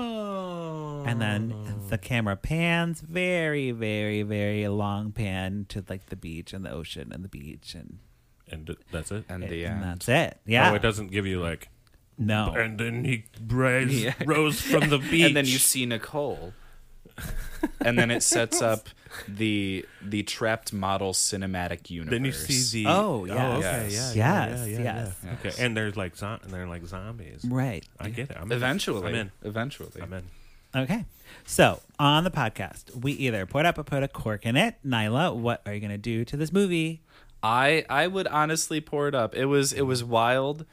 Speaker 2: Whoa.
Speaker 1: And then the camera pans very, very, very long pan to like the beach and the ocean and the beach and,
Speaker 2: and that's it.
Speaker 3: And
Speaker 1: it-
Speaker 3: the
Speaker 1: and
Speaker 3: end.
Speaker 1: that's it. Yeah.
Speaker 2: Oh, it doesn't give you like.
Speaker 1: no.
Speaker 2: And then he rise,
Speaker 3: Yeah. [laughs]
Speaker 2: rose from the beach.
Speaker 3: and then you
Speaker 1: [laughs]
Speaker 3: see Nicole, and then it sets up the the trapped model cinematic universe.
Speaker 2: Then you see the.
Speaker 1: Oh, yes.
Speaker 2: okay,
Speaker 3: Yes.
Speaker 2: yeah,
Speaker 1: Yes,
Speaker 2: yeah, yeah,
Speaker 1: yes.
Speaker 2: yeah.
Speaker 3: Yes.
Speaker 2: Okay, and there's like zom- and they're like zombies.
Speaker 1: Right.
Speaker 2: I get it. I'm in.
Speaker 3: eventually.
Speaker 2: I'm in.
Speaker 3: Eventually,
Speaker 2: I'm in.
Speaker 1: Okay. So on the podcast, we either put up or put a cork in it. Nyla, what are you going to do to this movie?
Speaker 3: I I would honestly pour it up. It was it was wild.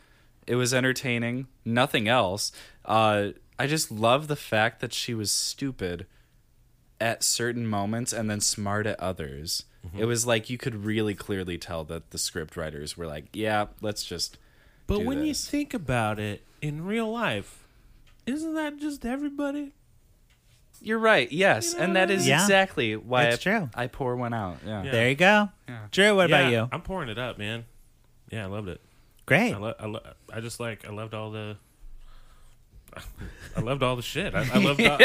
Speaker 3: It was entertaining. Nothing else. Uh, I just love the fact that she was stupid at certain moments and then smart at others.
Speaker 2: Mm-hmm.
Speaker 3: It was like you could really clearly tell that the script writers were like, "Yeah, let's just."
Speaker 2: But
Speaker 3: do
Speaker 2: when
Speaker 3: this."
Speaker 2: you think about it in real life, isn't that just everybody?
Speaker 3: You're right. Yes, and that is
Speaker 1: Yeah.
Speaker 3: exactly why
Speaker 1: It's
Speaker 3: I,
Speaker 1: true.
Speaker 3: I pour one out. Yeah.
Speaker 1: There you go. Drew, what about you?
Speaker 2: I'm pouring it up, man. Yeah, I loved it.
Speaker 1: Great.
Speaker 2: I, lo- I, lo- I just like I loved all the. I loved all the shit. I, I loved. All,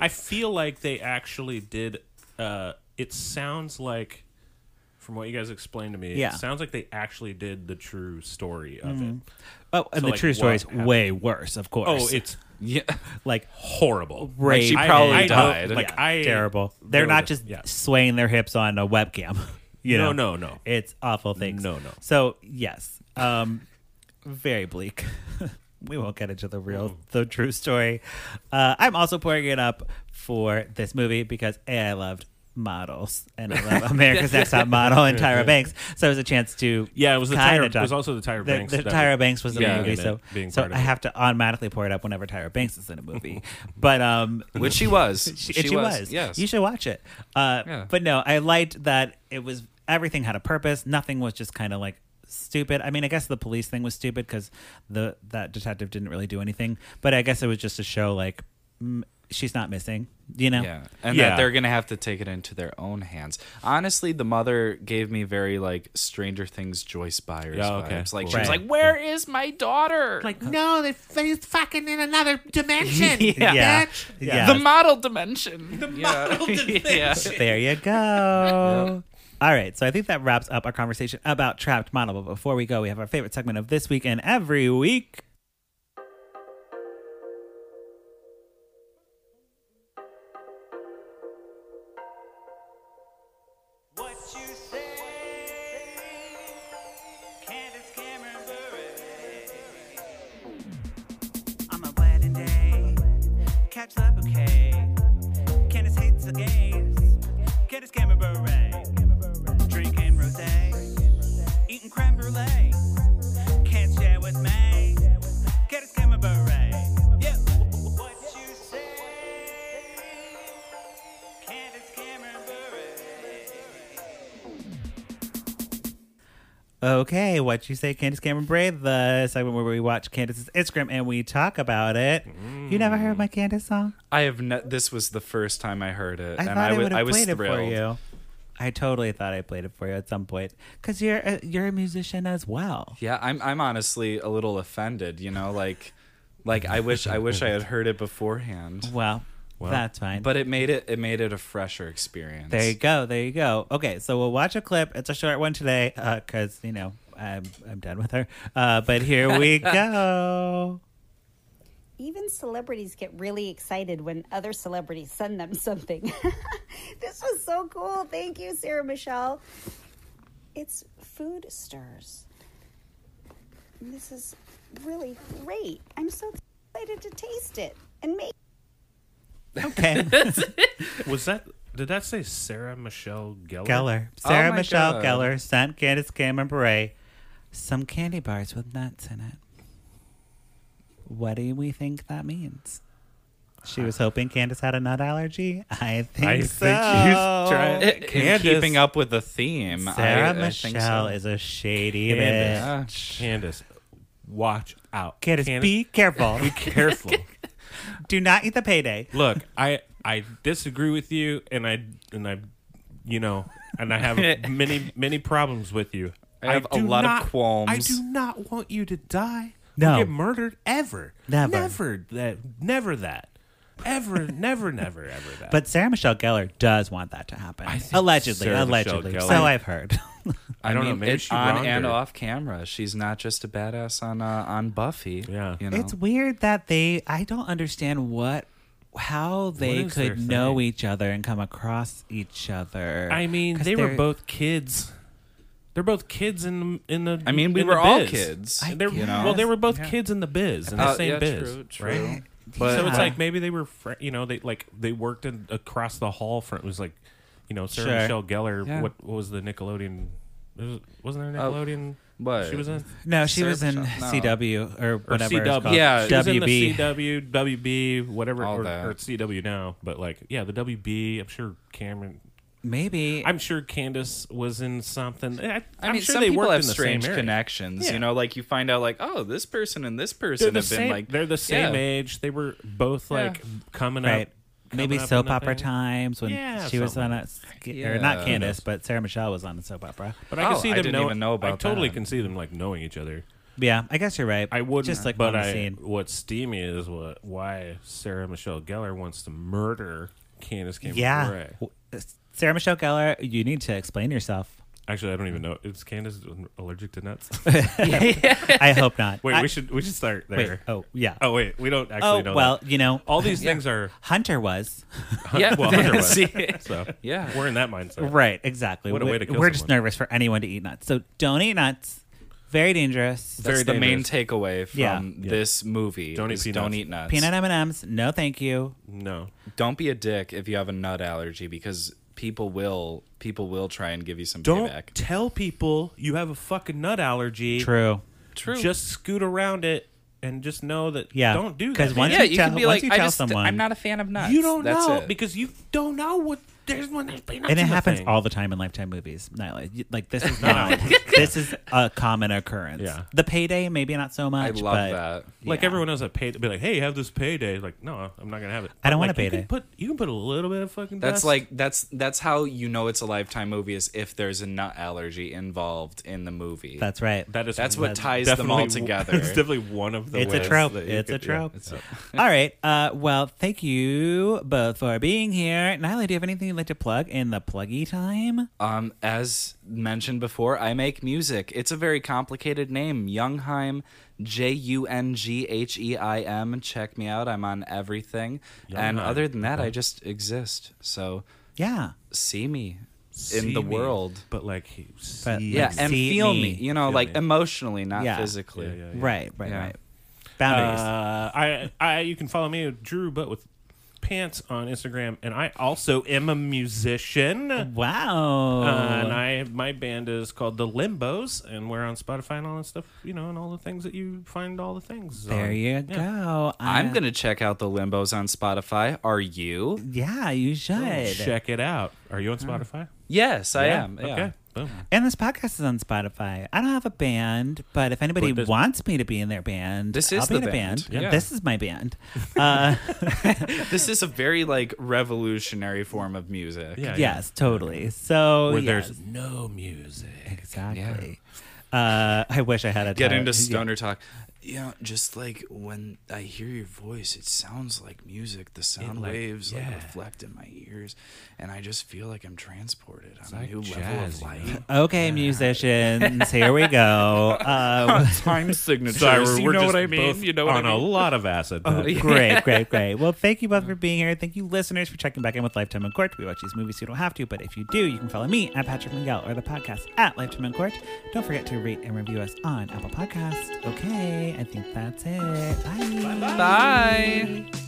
Speaker 2: I feel like they actually did. Uh, it sounds like, from what you guys explained to me,
Speaker 1: Yeah.
Speaker 2: it sounds like they actually did the true story of it.
Speaker 1: Oh, and
Speaker 2: So,
Speaker 1: the
Speaker 2: like,
Speaker 1: true story
Speaker 2: what
Speaker 1: is
Speaker 2: happened?
Speaker 1: way worse, of course.
Speaker 2: Oh, it's
Speaker 3: [laughs] Yeah.
Speaker 1: like
Speaker 2: horrible.
Speaker 1: rape.
Speaker 3: she
Speaker 1: and-
Speaker 3: probably
Speaker 2: I know,
Speaker 3: died.
Speaker 2: Like
Speaker 1: yeah,
Speaker 2: I
Speaker 1: terrible.
Speaker 2: there
Speaker 1: They're not
Speaker 2: was a-
Speaker 1: just
Speaker 2: yeah.
Speaker 1: swaying their hips on a webcam. [laughs] You
Speaker 2: No,
Speaker 1: know?
Speaker 2: no, no.
Speaker 1: It's awful things.
Speaker 2: No, no.
Speaker 1: So yes, um, very bleak. [laughs] we won't get into the
Speaker 2: Mm.
Speaker 1: real, the true story. Uh, I'm also pouring it up for this movie because a, I loved models and I
Speaker 2: [laughs]
Speaker 1: love America's Next Top Model and Tyra Banks. So it was a chance to
Speaker 2: Yeah, it was the
Speaker 1: kinda
Speaker 2: Tyra- it
Speaker 1: talk-
Speaker 2: was also the Tyra Banks
Speaker 1: The
Speaker 2: that
Speaker 1: Tyra
Speaker 2: was-
Speaker 1: Banks was in the
Speaker 3: Yeah.
Speaker 1: movie,
Speaker 2: in it,
Speaker 1: so
Speaker 2: being
Speaker 1: so
Speaker 2: part of
Speaker 1: I
Speaker 2: it.
Speaker 1: have to automatically pour it up whenever Tyra Banks is in a movie. [laughs] but um,
Speaker 3: Which she was.
Speaker 1: [laughs] she, she, was.
Speaker 3: Yes.
Speaker 1: You should watch it. Uh,
Speaker 3: Yeah.
Speaker 1: But no, I liked that it was everything had a purpose. Nothing was just kind of like stupid. I mean, I guess the police thing was stupid because the that detective didn't really do anything. But I guess it was just to show like mm, she's not missing. You know.
Speaker 3: Yeah, and
Speaker 2: Yeah.
Speaker 3: that they're gonna have to take it into their own hands. Honestly, the mother gave me very like Stranger Things Joyce Byers
Speaker 2: Yeah, okay,
Speaker 3: vibes. Like she
Speaker 2: cool.
Speaker 3: was
Speaker 1: Right.
Speaker 3: like, "Where is my daughter?
Speaker 5: Like, no, they he's fucking in another dimension.
Speaker 1: Yeah. [laughs] Yeah.
Speaker 5: Bitch.
Speaker 1: Yeah.
Speaker 5: The model dimension. [laughs]
Speaker 3: [laughs]
Speaker 5: The model dimension.
Speaker 1: there you go. All right, so I think that wraps up our conversation about Trapped Model. But before we go, we have our favorite segment of this week and every week.
Speaker 6: What you say? Candace Cameron Bure. On my wedding day, catch the bouquet. Candace hates the gays. Candace Cameron Bure. Drinking rosé, eating creme brulee. Can't share with me. Candace Cameron Bure. Yeah. What you say? Candace Cameron Bure.
Speaker 1: Okay, what you say, Candace Cameron Bray, the segment where we watch Candace's Instagram and we talk about it. You never heard my Candace song?
Speaker 3: I have no- this was the first time I heard it,
Speaker 1: I
Speaker 3: and
Speaker 1: thought
Speaker 3: I
Speaker 1: I
Speaker 3: wa-
Speaker 1: would
Speaker 3: I
Speaker 1: have
Speaker 3: was
Speaker 1: played it
Speaker 3: thrilled.
Speaker 1: for you. I totally thought I played it for you at some point because you're a, you're a musician as well.
Speaker 3: Yeah, I'm I'm honestly a little offended. You know, like Like I wish I wish I had heard it beforehand.
Speaker 1: Well, that's fine.
Speaker 3: But it made it it made it a fresher experience.
Speaker 1: There you go. There you go. Okay, so we'll watch a clip. It's a short one today because you know I'm I'm done with her. Uh, but here we
Speaker 3: [laughs]
Speaker 1: go.
Speaker 7: even celebrities get really excited when other celebrities send them something. [laughs] this was so cool. Thank you, Sarah Michelle. It's food stirs. And This is really great. I'm so excited to taste it and make
Speaker 1: Okay,
Speaker 2: Was that? Did that say Sarah Michelle Gellar?
Speaker 1: Geller.
Speaker 2: Oh
Speaker 1: Sarah
Speaker 3: my
Speaker 1: Michelle
Speaker 3: God.
Speaker 1: Geller sent Candace Cameron Bure some candy bars with nuts in it. What do we think that means? She was hoping Candace had a nut allergy. I think
Speaker 2: I
Speaker 1: so.
Speaker 2: think she's
Speaker 3: Oh.
Speaker 2: trying.
Speaker 3: In
Speaker 2: Candace-
Speaker 3: keeping up with the theme, I-
Speaker 1: Sarah
Speaker 3: I,
Speaker 1: Michelle
Speaker 3: think so.
Speaker 1: is a shady
Speaker 2: Candace.
Speaker 1: bitch.
Speaker 2: Candace, watch
Speaker 1: [laughs]
Speaker 2: out.
Speaker 1: Candace, be careful.
Speaker 2: be careful.
Speaker 1: [laughs] do not eat the payday.
Speaker 2: Look, I I disagree with you, and I and I, you know, and I
Speaker 3: [laughs]
Speaker 2: have many many problems with you.
Speaker 3: I have a
Speaker 2: do
Speaker 3: lot of
Speaker 2: not-
Speaker 3: qualms.
Speaker 2: I do not want you to die.
Speaker 1: No.
Speaker 2: or get murdered ever.
Speaker 1: Never.
Speaker 2: never that, never that, ever, never, never, ever that.
Speaker 1: But Sarah Michelle Gellar does want that to happen.
Speaker 2: think
Speaker 1: Allegedly,
Speaker 2: Sarah Michelle
Speaker 1: allegedly.
Speaker 2: Gellar-
Speaker 1: So I've heard. [laughs]
Speaker 2: I don't know, maybe
Speaker 3: it-
Speaker 2: she
Speaker 3: on
Speaker 2: wronged
Speaker 3: and
Speaker 2: her.
Speaker 3: off camera. She's not just a badass on uh, on Buffy.
Speaker 2: Yeah.
Speaker 3: you know?
Speaker 1: It's weird that they I don't understand what how they
Speaker 2: is their
Speaker 1: could know
Speaker 2: thing?
Speaker 1: each other and come across each other.
Speaker 2: I mean,
Speaker 1: 'Cause
Speaker 2: they were
Speaker 1: they're-
Speaker 2: both kids. They're both kids in the in the.
Speaker 3: I mean, we
Speaker 2: in
Speaker 3: were
Speaker 2: the
Speaker 3: all
Speaker 2: biz.
Speaker 3: kids,
Speaker 2: And they're-
Speaker 3: you know?
Speaker 2: well, they were both kids in the biz in the
Speaker 3: Uh,
Speaker 2: same
Speaker 3: yeah,
Speaker 2: biz,
Speaker 3: true, true.
Speaker 2: right?
Speaker 3: But uh,
Speaker 2: so it's
Speaker 1: Yeah.
Speaker 2: like maybe they were, fr- you know, they like they worked in, across the hall from. It was like, you know, Sarah
Speaker 1: Sure.
Speaker 2: Michelle Gellar.
Speaker 3: Yeah.
Speaker 2: What, what was the Nickelodeon? it was- Wasn't there a
Speaker 3: Oh,
Speaker 2: Nickelodeon?
Speaker 3: what?
Speaker 2: she was in.
Speaker 1: No, she
Speaker 3: Sarah
Speaker 1: was in
Speaker 3: Michelle- no.
Speaker 1: CW or
Speaker 2: Or
Speaker 1: whatever. it's
Speaker 2: CW.
Speaker 1: called.
Speaker 3: Yeah,
Speaker 2: she was in
Speaker 1: WB.
Speaker 2: the CW, WB, whatever,
Speaker 3: All
Speaker 2: or,
Speaker 3: that.
Speaker 2: or CW now. But like, yeah, the WB. I'm sure Cameron.
Speaker 1: Maybe
Speaker 2: I'm sure Candace was in something. I, am
Speaker 3: I mean,
Speaker 2: sure
Speaker 3: some
Speaker 2: they
Speaker 3: people
Speaker 2: worked
Speaker 3: have
Speaker 2: in the
Speaker 3: strange
Speaker 2: same area.
Speaker 3: connections.
Speaker 2: Yeah.
Speaker 3: You know, like you find out, like, oh, this person and this person
Speaker 2: they're the
Speaker 3: have been
Speaker 2: same.
Speaker 3: like
Speaker 2: they're the same
Speaker 3: Yeah.
Speaker 2: age. They were both like coming
Speaker 1: right.
Speaker 2: up. coming
Speaker 1: Maybe
Speaker 2: up in
Speaker 1: soap
Speaker 2: the
Speaker 1: opera
Speaker 2: thing.
Speaker 1: times when
Speaker 2: Yeah,
Speaker 1: she was on
Speaker 2: something
Speaker 1: a, or
Speaker 3: Yeah.
Speaker 1: not Candace, but Sarah Michelle was on a soap opera.
Speaker 2: But I can
Speaker 3: Oh,
Speaker 2: see
Speaker 3: I
Speaker 2: them
Speaker 3: didn't
Speaker 2: know,
Speaker 3: even know
Speaker 2: I
Speaker 3: about
Speaker 2: totally
Speaker 3: that.
Speaker 2: can see them like knowing each other.
Speaker 1: Yeah, I guess you're right.
Speaker 2: I wouldn't,
Speaker 1: just like
Speaker 2: but
Speaker 1: on the
Speaker 2: I,
Speaker 1: scene.
Speaker 2: what's steamy is what why Sarah Michelle Gellar wants to murder Candace Cameron
Speaker 1: Yeah,
Speaker 2: Bure.
Speaker 1: W- uh, Sarah Michelle Gellar, you need to explain
Speaker 2: [laughs]
Speaker 1: yourself.
Speaker 2: Actually, I don't even know. Is Candace allergic to
Speaker 1: [laughs]
Speaker 2: nuts?
Speaker 1: I hope not.
Speaker 2: wait,
Speaker 1: I-
Speaker 2: we should we should start there.
Speaker 1: wait. Oh yeah.
Speaker 2: Oh, wait, we don't actually
Speaker 1: Oh,
Speaker 2: know.
Speaker 1: well,
Speaker 2: that.
Speaker 1: you know,
Speaker 2: all these things are [laughs]
Speaker 1: Hunter was
Speaker 3: [laughs] Yeah, [laughs]
Speaker 1: [laughs]
Speaker 2: well, Hunter was.
Speaker 3: See?
Speaker 2: so
Speaker 3: Yeah.
Speaker 2: We're in that mindset.
Speaker 1: right. Exactly.
Speaker 2: What a
Speaker 1: we're
Speaker 2: way to kill
Speaker 1: we're just
Speaker 2: someone.
Speaker 1: nervous for anyone to eat nuts, so don't eat nuts. Very dangerous.
Speaker 3: That's the main
Speaker 2: dangerous.
Speaker 3: takeaway from
Speaker 1: Yeah.
Speaker 3: this movie.
Speaker 2: Don't eat
Speaker 3: is
Speaker 2: peanuts.
Speaker 3: Don't eat nuts.
Speaker 1: Peanut M and M's. No, thank you.
Speaker 2: No,
Speaker 3: Don't be a dick if you have a nut allergy because people will people will try and give you some
Speaker 2: don't
Speaker 3: payback.
Speaker 2: tell people you have a fucking nut allergy.
Speaker 1: True.
Speaker 3: True.
Speaker 2: Just scoot around it and just know that.
Speaker 1: Yeah.
Speaker 2: Don't do that.
Speaker 1: 'Cause once
Speaker 3: yeah,
Speaker 1: you
Speaker 3: you
Speaker 1: tell-
Speaker 3: can
Speaker 1: once
Speaker 3: be like,
Speaker 1: you
Speaker 3: I
Speaker 1: tell
Speaker 3: just,
Speaker 1: someone-
Speaker 3: I'm not a fan of nuts.
Speaker 2: You don't
Speaker 3: That's
Speaker 2: know
Speaker 3: it.
Speaker 2: because you don't know what there's when there's peanuts.
Speaker 1: And it
Speaker 2: in the
Speaker 1: happens
Speaker 2: thing.
Speaker 1: all the time in Lifetime movies, Nyla. You- Like this
Speaker 2: [laughs]
Speaker 1: is not. this is a common occurrence.
Speaker 2: Yeah.
Speaker 1: The payday, maybe not so
Speaker 3: I
Speaker 1: much.
Speaker 3: love
Speaker 1: but
Speaker 3: that.
Speaker 2: Like
Speaker 1: Yeah.
Speaker 2: everyone knows that payday, be like, "Hey, have this payday." Like, no, I'm not gonna have it.
Speaker 1: I don't
Speaker 2: But,
Speaker 1: want
Speaker 2: like,
Speaker 1: a
Speaker 2: you can
Speaker 1: payday.
Speaker 2: Put you can put a little bit of fucking.
Speaker 3: That's
Speaker 2: dust.
Speaker 3: like that's that's how you know it's a lifetime movie is if there's a nut allergy involved in the movie.
Speaker 1: That's right.
Speaker 2: that is
Speaker 3: that's what
Speaker 1: that's
Speaker 3: ties
Speaker 2: [laughs]
Speaker 3: them
Speaker 2: definitely
Speaker 3: all
Speaker 2: one-
Speaker 3: together.
Speaker 2: It's definitely one of the.
Speaker 1: it's a
Speaker 2: ways
Speaker 1: trope.
Speaker 2: that you
Speaker 1: It's a
Speaker 2: could- yeah.
Speaker 1: trope. [laughs] All right. Uh, well, thank you both for being here. Nyla, do you have anything you'd like to plug in the pluggy time?
Speaker 3: Um, as mentioned before, I make music. It's a very complicated name, Youngheim, J U N G H E I M. Check me out. I'm on everything. And
Speaker 2: Youngheim.
Speaker 3: other than that, I just exist. So
Speaker 1: Yeah.
Speaker 3: see me in
Speaker 2: See
Speaker 3: the
Speaker 2: me,
Speaker 3: world.
Speaker 2: but like, he- see
Speaker 1: But-
Speaker 2: me.
Speaker 3: Yeah,
Speaker 1: Like,
Speaker 3: and
Speaker 1: see
Speaker 3: feel
Speaker 1: me.
Speaker 3: me. You know,
Speaker 2: Feel
Speaker 3: like
Speaker 2: me.
Speaker 3: emotionally, not
Speaker 1: Yeah.
Speaker 3: physically.
Speaker 2: Yeah, yeah, yeah.
Speaker 1: Right, right,
Speaker 3: Yeah.
Speaker 1: right. Boundaries.
Speaker 2: Uh, I, I, you can follow me at Drew Butt with pants on Instagram, and I also am a musician.
Speaker 1: wow.
Speaker 2: Uh,
Speaker 1: Oh.
Speaker 2: and I, my band is called the Limbos, and we're on Spotify and all that stuff, you know, and all the things that you find all the things.
Speaker 1: there
Speaker 2: on.
Speaker 1: you
Speaker 2: Yeah.
Speaker 1: go.
Speaker 3: I'm
Speaker 1: Uh,
Speaker 3: going to check out the Limbos on Spotify. Are you?
Speaker 1: Yeah, you should.
Speaker 2: Check it out. Are you on Spotify?
Speaker 3: Yes, I am. yeah.
Speaker 2: Okay. Boom.
Speaker 1: And this podcast is on Spotify. I don't have a band, but if anybody
Speaker 2: But this-
Speaker 1: wants me to be in their band,
Speaker 3: This
Speaker 1: I'll
Speaker 3: is
Speaker 1: be
Speaker 3: the
Speaker 1: in a
Speaker 3: band.
Speaker 1: band.
Speaker 3: Yeah.
Speaker 1: This is my band. Uh,
Speaker 3: This is a very like revolutionary form of music.
Speaker 1: [laughs]
Speaker 2: Yeah.
Speaker 1: yes, totally. So
Speaker 2: Where
Speaker 1: yes,
Speaker 2: there's no music.
Speaker 1: exactly. Uh, I wish I had a
Speaker 3: Get
Speaker 1: time-
Speaker 3: into
Speaker 1: yeah.
Speaker 3: stoner talk. you know, just like when I hear your voice, it sounds like music. The sound
Speaker 2: like-
Speaker 3: waves
Speaker 2: yeah.
Speaker 3: like reflect in my ears, and I just feel like I'm transported on a
Speaker 2: like
Speaker 3: new level
Speaker 2: jazz,
Speaker 3: of
Speaker 2: you
Speaker 3: light.
Speaker 1: Okay, musicians, here we go. Um,
Speaker 3: Time signatures.
Speaker 2: Sorry, we're,
Speaker 3: you
Speaker 2: we're
Speaker 3: know
Speaker 2: just
Speaker 3: what I mean?
Speaker 2: both
Speaker 3: You know what
Speaker 2: on
Speaker 3: I
Speaker 2: a
Speaker 3: mean?
Speaker 2: lot of acid. [laughs] then.
Speaker 1: great, great, great. Well, thank you both for being here. Thank you, listeners, for checking back in with Lifetime in Court. We watch these movies, so you don't have to, but if you do, you can follow me at Patrick Miguel or the podcast at Lifetime in Court. Don't forget to rate and review us on Apple Podcasts. Okay, I think that's it. Bye.
Speaker 5: Bye.